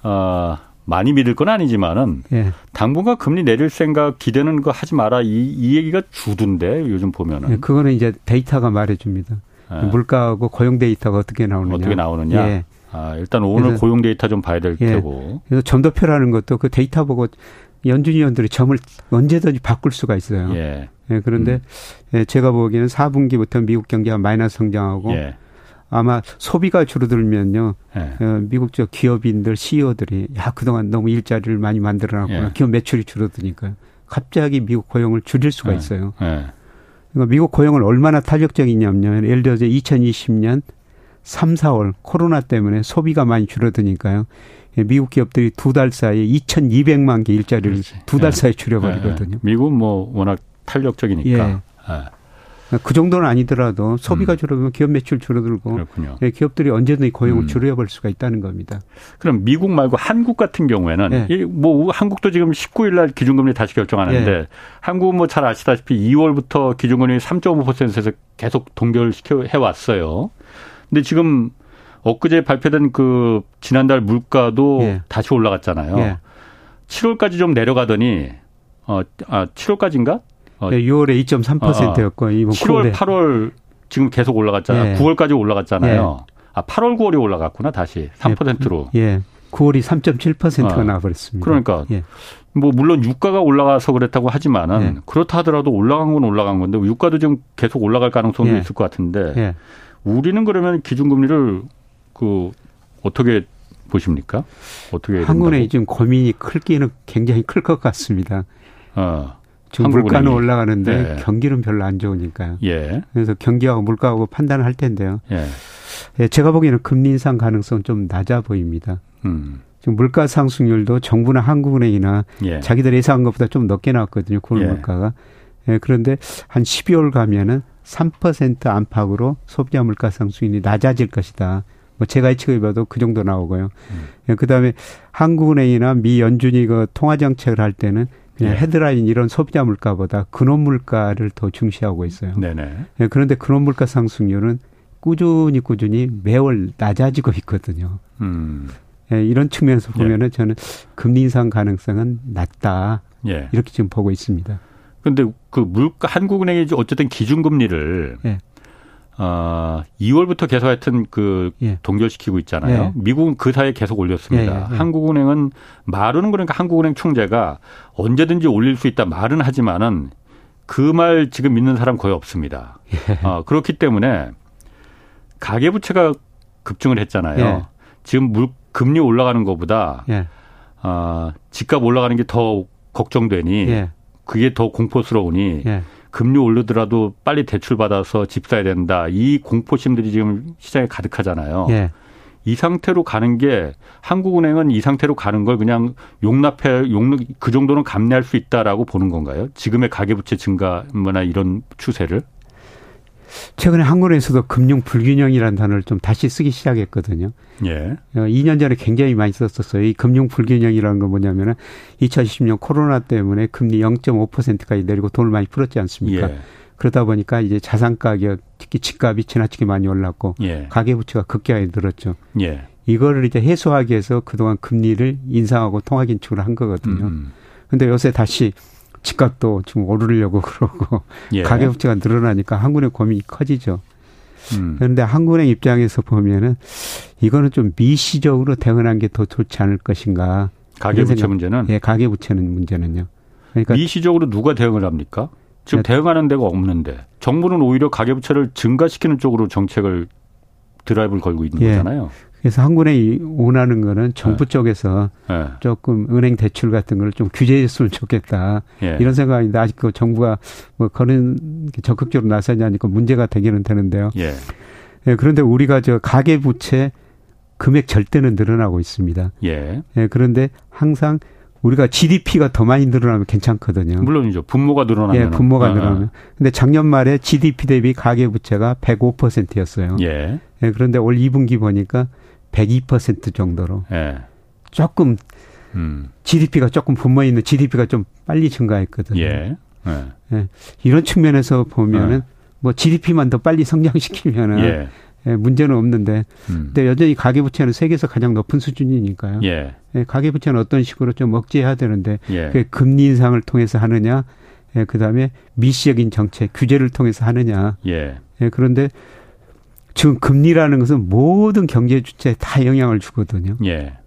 아, 어, 많이 믿을 건 아니지만은 예. 당분간 금리 내릴 생각 기대는 거 하지 마라 이, 이 얘기가 주둔데 요즘 보면은
예, 그거는 이제 데이터가 말해줍니다. 예. 물가하고 고용 데이터가 어떻게 나오느냐.
어떻게
예.
나오느냐. 아, 일단 오늘 고용 데이터 좀 봐야 될 테고.
그래서 점도표라는 것도 그 데이터 보고 연준 위원들이 점을 언제든지 바꿀 수가 있어요.
예.
그런데 음. 제가 보기에는 4분기부터 미국 경제가 마이너스 성장하고
예.
아마 소비가 줄어들면요. 예. 미국 적 기업인들 CEO들이 야 그동안 너무 일자리를 많이 만들어놨구나. 예. 기업 매출이 줄어드니까 갑자기 미국 고용을 줄일 수가 있어요.
예.
그러니까 미국 고용을 얼마나 탄력적이냐면 예를 들어서 2020년 3, 4월 코로나 때문에 소비가 많이 줄어드니까요. 예, 미국 기업들이 두 달 사이에 2,200만 개 일자리를 두 달 사이에 줄여버리거든요.
예.
예.
미국은 뭐 워낙 탄력적이니까. 예.
그 정도는 아니더라도 소비가 음. 줄어들면 기업 매출 줄어들고 그렇군요. 기업들이 언제든 고용을 음. 줄여볼 수가 있다는 겁니다.
그럼 미국 말고 한국 같은 경우에는 예. 뭐 한국도 지금 19일 날 기준금리 다시 결정하는데 예. 한국은 뭐 잘 아시다시피 2월부터 기준금리 3.5%에서 계속 동결시켜 해왔어요. 근데 지금 엊그제 발표된 그 지난달 물가도 예. 다시
어,
올라갔잖아요. 7월까지 좀 내려가더니 어, 아, 7월까지인가?
어, 6월에 2.3%였고 어, 이번
7월, 9월에. 8월 지금 계속 올라갔잖아요. 예. 9월까지 올라갔잖아요. 예. 아, 8월, 9월이 올라갔구나 다시 3%로. 아,
예. 9월이 3.7%가 어. 나와버렸습니다.
그러니까 예. 뭐 물론 유가가 올라가서 그랬다고 하지만은 예. 그렇다 하더라도 올라간 건 올라간 건데 유가도 지금 계속 올라갈 가능성도 있을 것
예. 네.
같은데 우리는 그러면 기준금리를 그 어떻게 보십니까? 어떻게
한국의 지금 고민이 클기는 굉장히 클 것 같습니다.
어.
지금 물가는 올라가는데
네.
예. 경기는 별로 안 좋으니까요.
예.
그래서 경기하고 물가하고 판단을 할 텐데요.
예.
제가 보기에는 금리 인상 가능성 좀 낮아 보입니다.
음.
지금 물가 상승률도 정부나 한국은행이나 자기들 예상한 예. 것보다 좀 높게 나왔거든요. 9월 물가가. 예, 그런데 한 12월 가면은 3% 안팎으로 소비자 물가 상승률이 낮아질 것이다. 뭐 제가 예측해봐도 그 정도 예, 나오고요. 음. 그다음에 한국은행이나 미 연준이 그 통화 정책을 할 때는 그냥 예. 헤드라인 이런 소비자 물가보다 근원 물가를 더 중시하고 있어요.
네네.
예, 그런데 근원 물가 상승률은 꾸준히 꾸준히 매월 낮아지고 있거든요.
음.
예, 이런 측면에서 보면은 예. 저는 금리 인상 가능성은 낮다.
예.
이렇게 지금 보고 있습니다.
근데 그 물가 한국은행이 어쨌든 기준금리를
예.
어, 2월부터 계속 하여튼 그
예.
동결시키고 있잖아요.
예.
미국은 그 사이에 계속 올렸습니다.
예,
한국은행은 말은 그러니까 한국은행 총재가 언제든지 올릴 수 있다 말은 하지만은 그 말 지금 믿는 사람 거의 없습니다.
예.
어, 그렇기 때문에 가계부채가 급증을
예.
했잖아요. 지금 물, 금리 올라가는 것보다 어, 집값 올라가는 게 더
예.
걱정되니 그게 더 공포스러우니 금리 올르더라도 빨리 대출 받아서 집 사야 된다. 이 공포심들이 지금 시장에 가득하잖아요.
예.
이 상태로 가는 게 한국은행은 이 상태로 가는 걸 그냥 용납해 용납 그 정도는 감내할 수 있다라고 보는 건가요? 지금의 가계부채 증가나 이런 추세를?
최근에 한국에서도 금융 불균형이라는 단어를 좀 다시 쓰기 시작했거든요.
예.
2년 전에 굉장히 많이 썼었어요. 이 금융 불균형이라는 건 뭐냐면은 2020년 코로나 때문에 금리 0.5%까지 내리고 돈을 많이 풀었지 않습니까?
예.
그러다 보니까 이제 자산 가격, 특히 집값이 지나치게 많이 올랐고
예.
가계 부채가 급격하게 늘었죠.
예.
이거를 이제 해소하기 위해서 그동안 금리를 인상하고 통화 긴축을 한 거거든요.
음.
근데 요새 다시 집값도 좀 오르려고 그러고
예.
가계 부채가 늘어나니까 한국의 고민이 커지죠.
음.
그런데 한국은행 입장에서 보면은 이거는 좀 미시적으로 대응한 게 더 좋지 않을 것인가.
가계부채 문제는
예, 가계부채는 문제는요. 그러니까
미시적으로 누가 대응을 합니까? 지금
네.
대응하는 데가 없는데 정부는 오히려 가계부채를 증가시키는 쪽으로 정책을 드라이브를 걸고 있는
예.
거잖아요.
그래서 한국은행이 원하는 거는 정부
네.
쪽에서
예.
조금 은행 대출 같은 걸 좀 규제했으면 좋겠다.
예.
이런 생각인데 아직 그 정부가 뭐 그런 게 적극적으로 나서지 않으니까 문제가 되기는 되는데요.
예.
예, 그런데 우리가 저 가계부채 금액 절대는 늘어나고 있습니다.
예.
예, 그런데 항상 우리가 GDP가 더 많이 늘어나면 괜찮거든요.
물론이죠. 분모가 늘어나면.
예, 분모가
아, 아.
늘어나면. 근데 작년 말에 GDP 대비 가계 부채가 105%였어요.
예.
그런데 올 2분기 보니까 102% 정도로
예.
조금
음.
GDP가 조금 분모 있는 GDP가 좀 빨리 증가했거든요.
예. 예.
이런 측면에서 보면은 뭐 GDP만 더 빨리 성장시키면은
아.
네.
예.
예, 문제는 없는데
음.
근데 여전히 가계 부채는 세계에서 가장 높은 수준이니까요.
예.
예, 가계 부채는 어떤 식으로 좀 억제해야 되는데
예.
그게 금리 인상을 통해서 하느냐 예, 그다음에 미시적인 정책 규제를 통해서 하느냐
예.
예, 그런데 지금 금리라는 것은 모든 경제 주체에 다 영향을 주거든요.
예.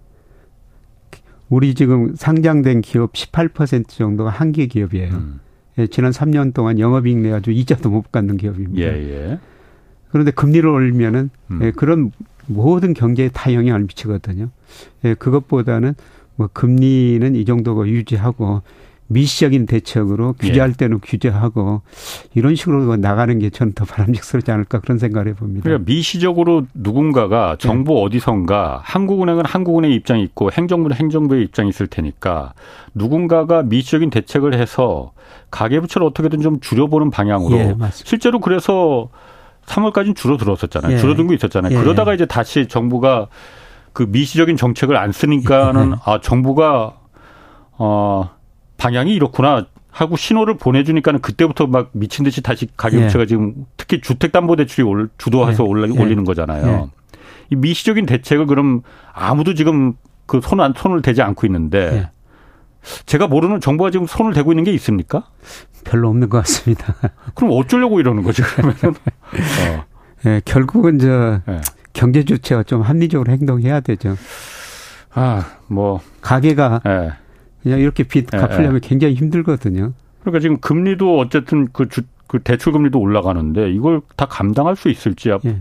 우리 지금 상장된 기업 18% 정도가 한계 기업이에요.
음.
예, 지난 3년 동안 영업이익 내가지고 이자도 못 갚는
예.
기업입니다.
예.
그런데 금리를 올리면은
음.
예, 그런 모든 경제에 다 영향을 미치거든요. 예, 그것보다는 뭐 금리는 이 정도가 유지하고 미시적인 대책으로
예.
규제할 때는 규제하고 이런 식으로 뭐 나가는 게 저는 더 바람직스럽지 않을까 그런 생각을 해봅니다.
그러니까 미시적으로 누군가가 정부
네.
어디선가 한국은행은 한국은행 입장이 있고 행정부는 행정부의 입장이 있을 테니까 누군가가 미시적인 대책을 해서 가계부채를 어떻게든 좀 줄여보는 방향으로
예, 맞습니다.
실제로 그래서 3월까지는 줄어들었었잖아요.
예.
줄어든 거 있었잖아요.
예.
그러다가 이제 다시 정부가 그 미시적인 정책을 안
예.
쓰니까는 아 정부가 어 방향이 이렇구나 하고 신호를 보내주니까는 그때부터 막 미친 듯이 다시 가계부채가 지금 특히 주택담보대출이 올- 주도해서
예.
올라,
예.
올리는 거잖아요. 이 미시적인 대책을 그럼 아무도 지금 그 손 안 손을 대지 않고
예.
있는데 제가 모르는 정부가 지금 손을 대고 있는 게 있습니까?
별로 없는 것 같습니다.
그럼 어쩌려고 이러는 거죠 그러면은? 어.
예, 결국은 저
예.
경제 주체가 좀 합리적으로 행동해야 되죠.
아, 뭐,
가게가
예.
그냥 이렇게 빚
예,
갚으려면 굉장히 힘들거든요.
그러니까 지금 금리도 어쨌든 그 주, 그 대출 금리도 올라가는데 이걸 다 감당할 수 있을지 앞-
예.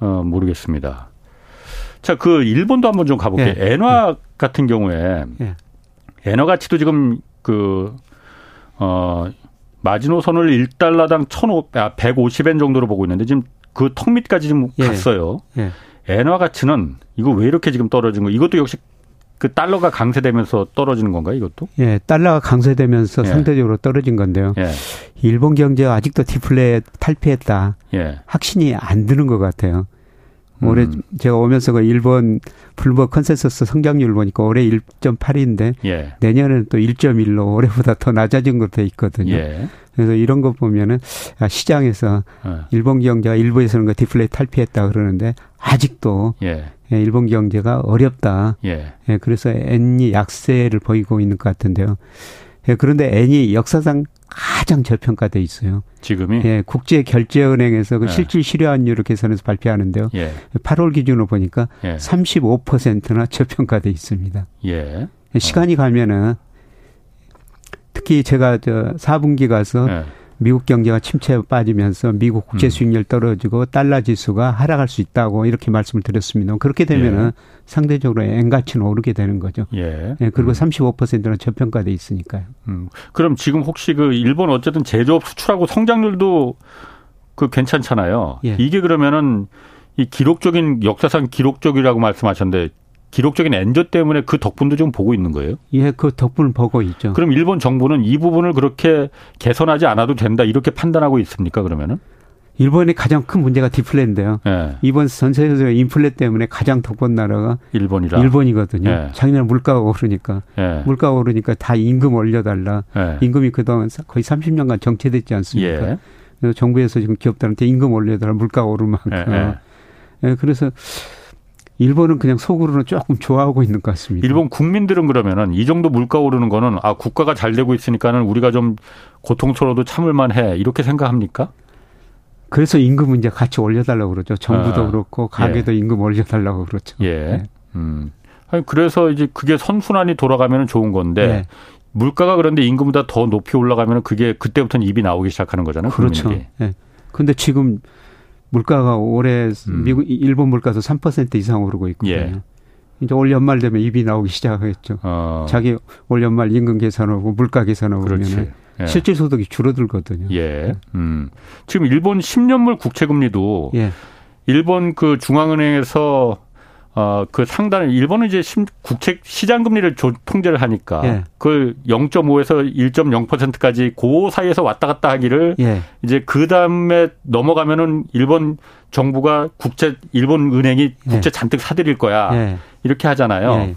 어, 모르겠습니다. 자, 그 일본도 한번 좀 가볼게요. 엔화 같은 경우에
예.
엔화 가치도 지금 그, 어, 마지노선을 1달러당 1,500, 아, 150엔 정도로 보고 있는데 지금 그 턱 밑까지 지금
예.
갔어요.
예.
엔화 가치는 이거 왜 이렇게 지금 떨어진 거? 이것도 역시 그 달러가 강세되면서 떨어지는 건가요? 이것도?
예, 달러가 강세되면서
예.
상대적으로 떨어진 건데요.
예.
일본 경제가 아직도 디플레 탈피했다.
예.
확신이 안 드는 것 같아요. 올해 음. 제가 오면서 그 일본 블루버그 컨센서스 성장률 보니까 올해 1.8인데 예. 내년에는 또 1.1로 올해보다 더 낮아진 걸로 돼 있거든요. 예. 그래서 이런 거 보면은 아, 시장에서 예.
어,
일본 경제가 일부에서는 그 디플레이 탈피했다 그러는데 아직도
예,
예, 일본 경제가 어렵다. 예, 그래서 엔이 약세를 보이고 있는 것 같은데요. 예, 그런데 엔이 역사상 가장 저평가돼 있어요.
지금이?
예, 국제 결제 은행에서 그 실질 실효환율을 계산해서 발표하는데요. 예. 8월 기준으로 보니까 예. 35%나 저평가돼 있습니다.
예.
시간이 어. 가면은 특히 제가 저 4분기 가서 예. 미국 경제가 침체에 빠지면서 미국 국제 수익률 떨어지고 달러 지수가 하락할 수 있다고 이렇게 말씀을 드렸습니다. 그렇게 되면은 예. 상대적으로 엔 가치는 오르게 되는 거죠.
예.
예 그리고 음. 35%는 저평가돼 있으니까요.
음. 그럼 지금 혹시 그 일본 어쨌든 제조업 수출하고 성장률도 그 괜찮잖아요. 예. 이게 그러면은 이 기록적인 역사상 기록적이라고 말씀하셨는데 기록적인 엔저 때문에 그 덕분도 좀 보고 있는 거예요?
예, 그 덕분을 보고 있죠.
어. 그럼 일본 정부는 이 부분을 그렇게 개선하지 않아도 된다 이렇게 판단하고 있습니까? 그러면은?
일본의 가장 큰 문제가 디플레인데요. 예. 이번 전 세계적인 인플레 때문에 가장 덕본 나라가
일본이라.
일본이거든요. 예. 자기네 물가가 오르니까 예. 물가가 오르니까 다 임금 올려달라.
예.
임금이 그동안 거의 30년간 정체됐지 않습니까? 그래서 정부에서 지금 기업들한테 임금 올려달라 물가가 오르면 예. 그래서 일본은 그냥 속으로는 조금 좋아하고 있는 것 같습니다.
일본 국민들은 그러면은 이 정도 물가 오르는 거는 아 국가가 잘 되고 있으니까는 우리가 좀 고통스러워도 참을만 해 이렇게 생각합니까?
그래서 임금 문제 같이 올려달라고 그러죠. 정부도 아, 그렇고 가게도 예. 임금 올려달라고 그렇죠. 그러죠.
예. 예. 음. 아니 그래서 이제 그게 선순환이 돌아가면 좋은
네.
건데 예. 물가가 그런데 임금보다 더 높이 올라가면 그게 그때부터는 입이 나오기 시작하는 거잖아요.
그렇죠. 국민들이. 예. 근데 지금 물가가 올해 음. 미국 일본 물가도 3% 이상 오르고 있고요. 예. 이제 올 연말 되면 입이 나오기 시작하겠죠. 어. 자기 올 연말 임금 계산하고 물가 계산하고 그러면 예. 실질 소득이 줄어들거든요.
예. 음. 지금 일본 10년물 국채 금리도 예. 일본 그 중앙은행에서 어그 상단을 일본은 이제 국채 시장 금리를 통제를 하니까 예. 그 0.5에서 1.0%까지 그 사이에서 왔다 갔다 하기를 예. 이제 그 다음에 넘어가면은 일본 정부가 국채 일본 은행이 국채 예. 잔뜩 사들일
아,
거야 이렇게
예. 어?
하잖아요.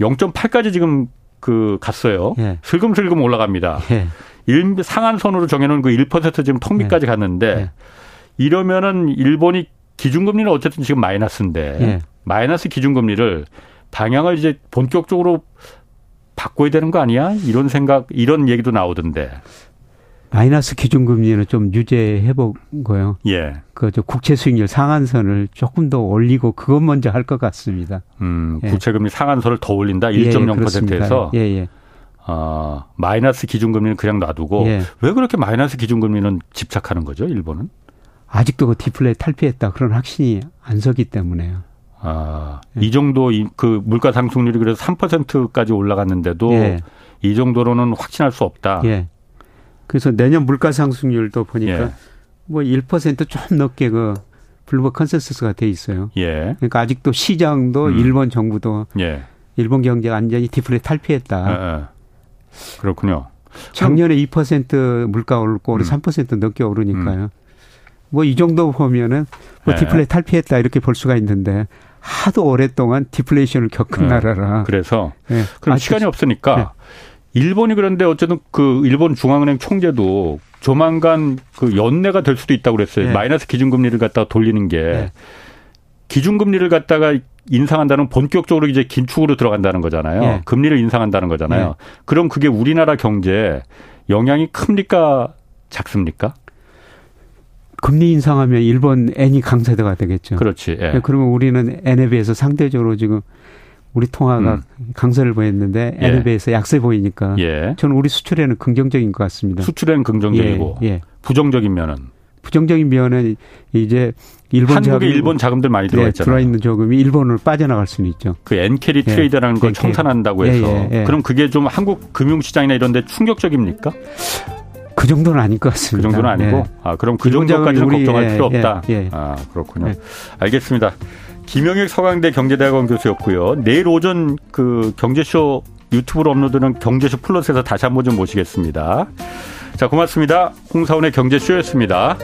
0.8까지 지금 그 갔어요.
예.
슬금슬금 올라갑니다. 일, 상한선으로 정해놓은 그 1% 지금 턱밑까지 갔는데 이러면은 일본이 기준금리는 어쨌든 지금
네. 예.
마이너스인데 마이너스 기준금리를 방향을 이제 본격적으로 바꿔야 되는 거 아니야? 이런 생각, 이런 얘기도 나오던데.
마이너스 기준금리는 좀 유지해 본 거요.
예.
그저 국채 수익률 상한선을 조금 더 올리고 그것 먼저 할 것 같습니다.
음, 국채금리 예. 상한선을 더
아,
올린다. 1.0%에서. 예, 예, 예. 어, 마이너스 기준금리는 그냥 놔두고 예. 왜 그렇게 마이너스 기준금리는 집착하는 거죠, 일본은?
아직도 그 디플레 탈피했다 그런 확신이 안 서기 때문에요.
아, 예. 이 정도 그 물가 상승률이 그래서 3%까지 올라갔는데도 예. 이 정도로는 확신할 수 없다.
예. 그래서 내년 물가 상승률도
예.
보니까 뭐 1%좀 넘게 그 블루버 컨센서스가 돼 있어요.
예,
그러니까 아직도 시장도 음. 일본 정부도
예.
일본 경제가 완전히 디플레
아,
탈피했다.
그렇군요.
작년에 2% 물가 오르고 올해 음. 3% 넘게 오르니까요. 음. 뭐이 정도 보면은
예.
뭐 디플레 탈피했다 이렇게 볼 수가 있는데 하도 오랫동안 디플레이션을 겪은 네. 나라라.
예.
예.
그래서 네. 그럼 아, 시간이 없으니까 네. 일본이 그런데 어쨌든 그 일본 중앙은행 총재도 조만간 그 연내가 될 수도 있다고
예.
그랬어요. 마이너스 기준금리를 갖다가 돌리는 게 기준금리를 갖다가 인상한다는 본격적으로 이제 긴축으로 들어간다는
예.
거잖아요. 금리를 인상한다는 거잖아요. 그럼 그게 우리나라 경제에 영향이 큽니까 작습니까?
금리 인상하면 일본 엔이 강세대가 되겠죠. 네,
그렇지. 예.
그러면 우리는 엔에 비해서 상대적으로 지금 우리 통화가 음. 강세를 보였는데 엔에 예. 비해서 약세 보이니까 예. 저는 우리 수출에는 긍정적인 것 같습니다. 예,
수출에는 긍정적이고 부정적인 면은
부정적인 면은 이제 일본
한국에 자금, 일본 자금들 많이 들어와 있잖아요.
들어와 있는 조금이 일본으로 빠져나갈 수는 있죠.
그 엔캐리 예, 트레이더라는 걸 청산한다고 해서 그럼 그게 좀 한국 금융시장이나 이런데 충격적입니까?
그 정도는 아닐 것 같습니다.
그 정도는 아니고 예. 아 그럼 그 정도까지는 우리, 걱정할 예, 필요 없다. 예, 아 그렇군요. 알겠습니다. 김영일 서강대 경제대학원 교수였고요. 내일 오전 그 경제쇼 유튜브로 업로드는 경제쇼 플러스에서 다시 한번 좀 모시겠습니다. 자 고맙습니다. 홍사원의 경제쇼였습니다.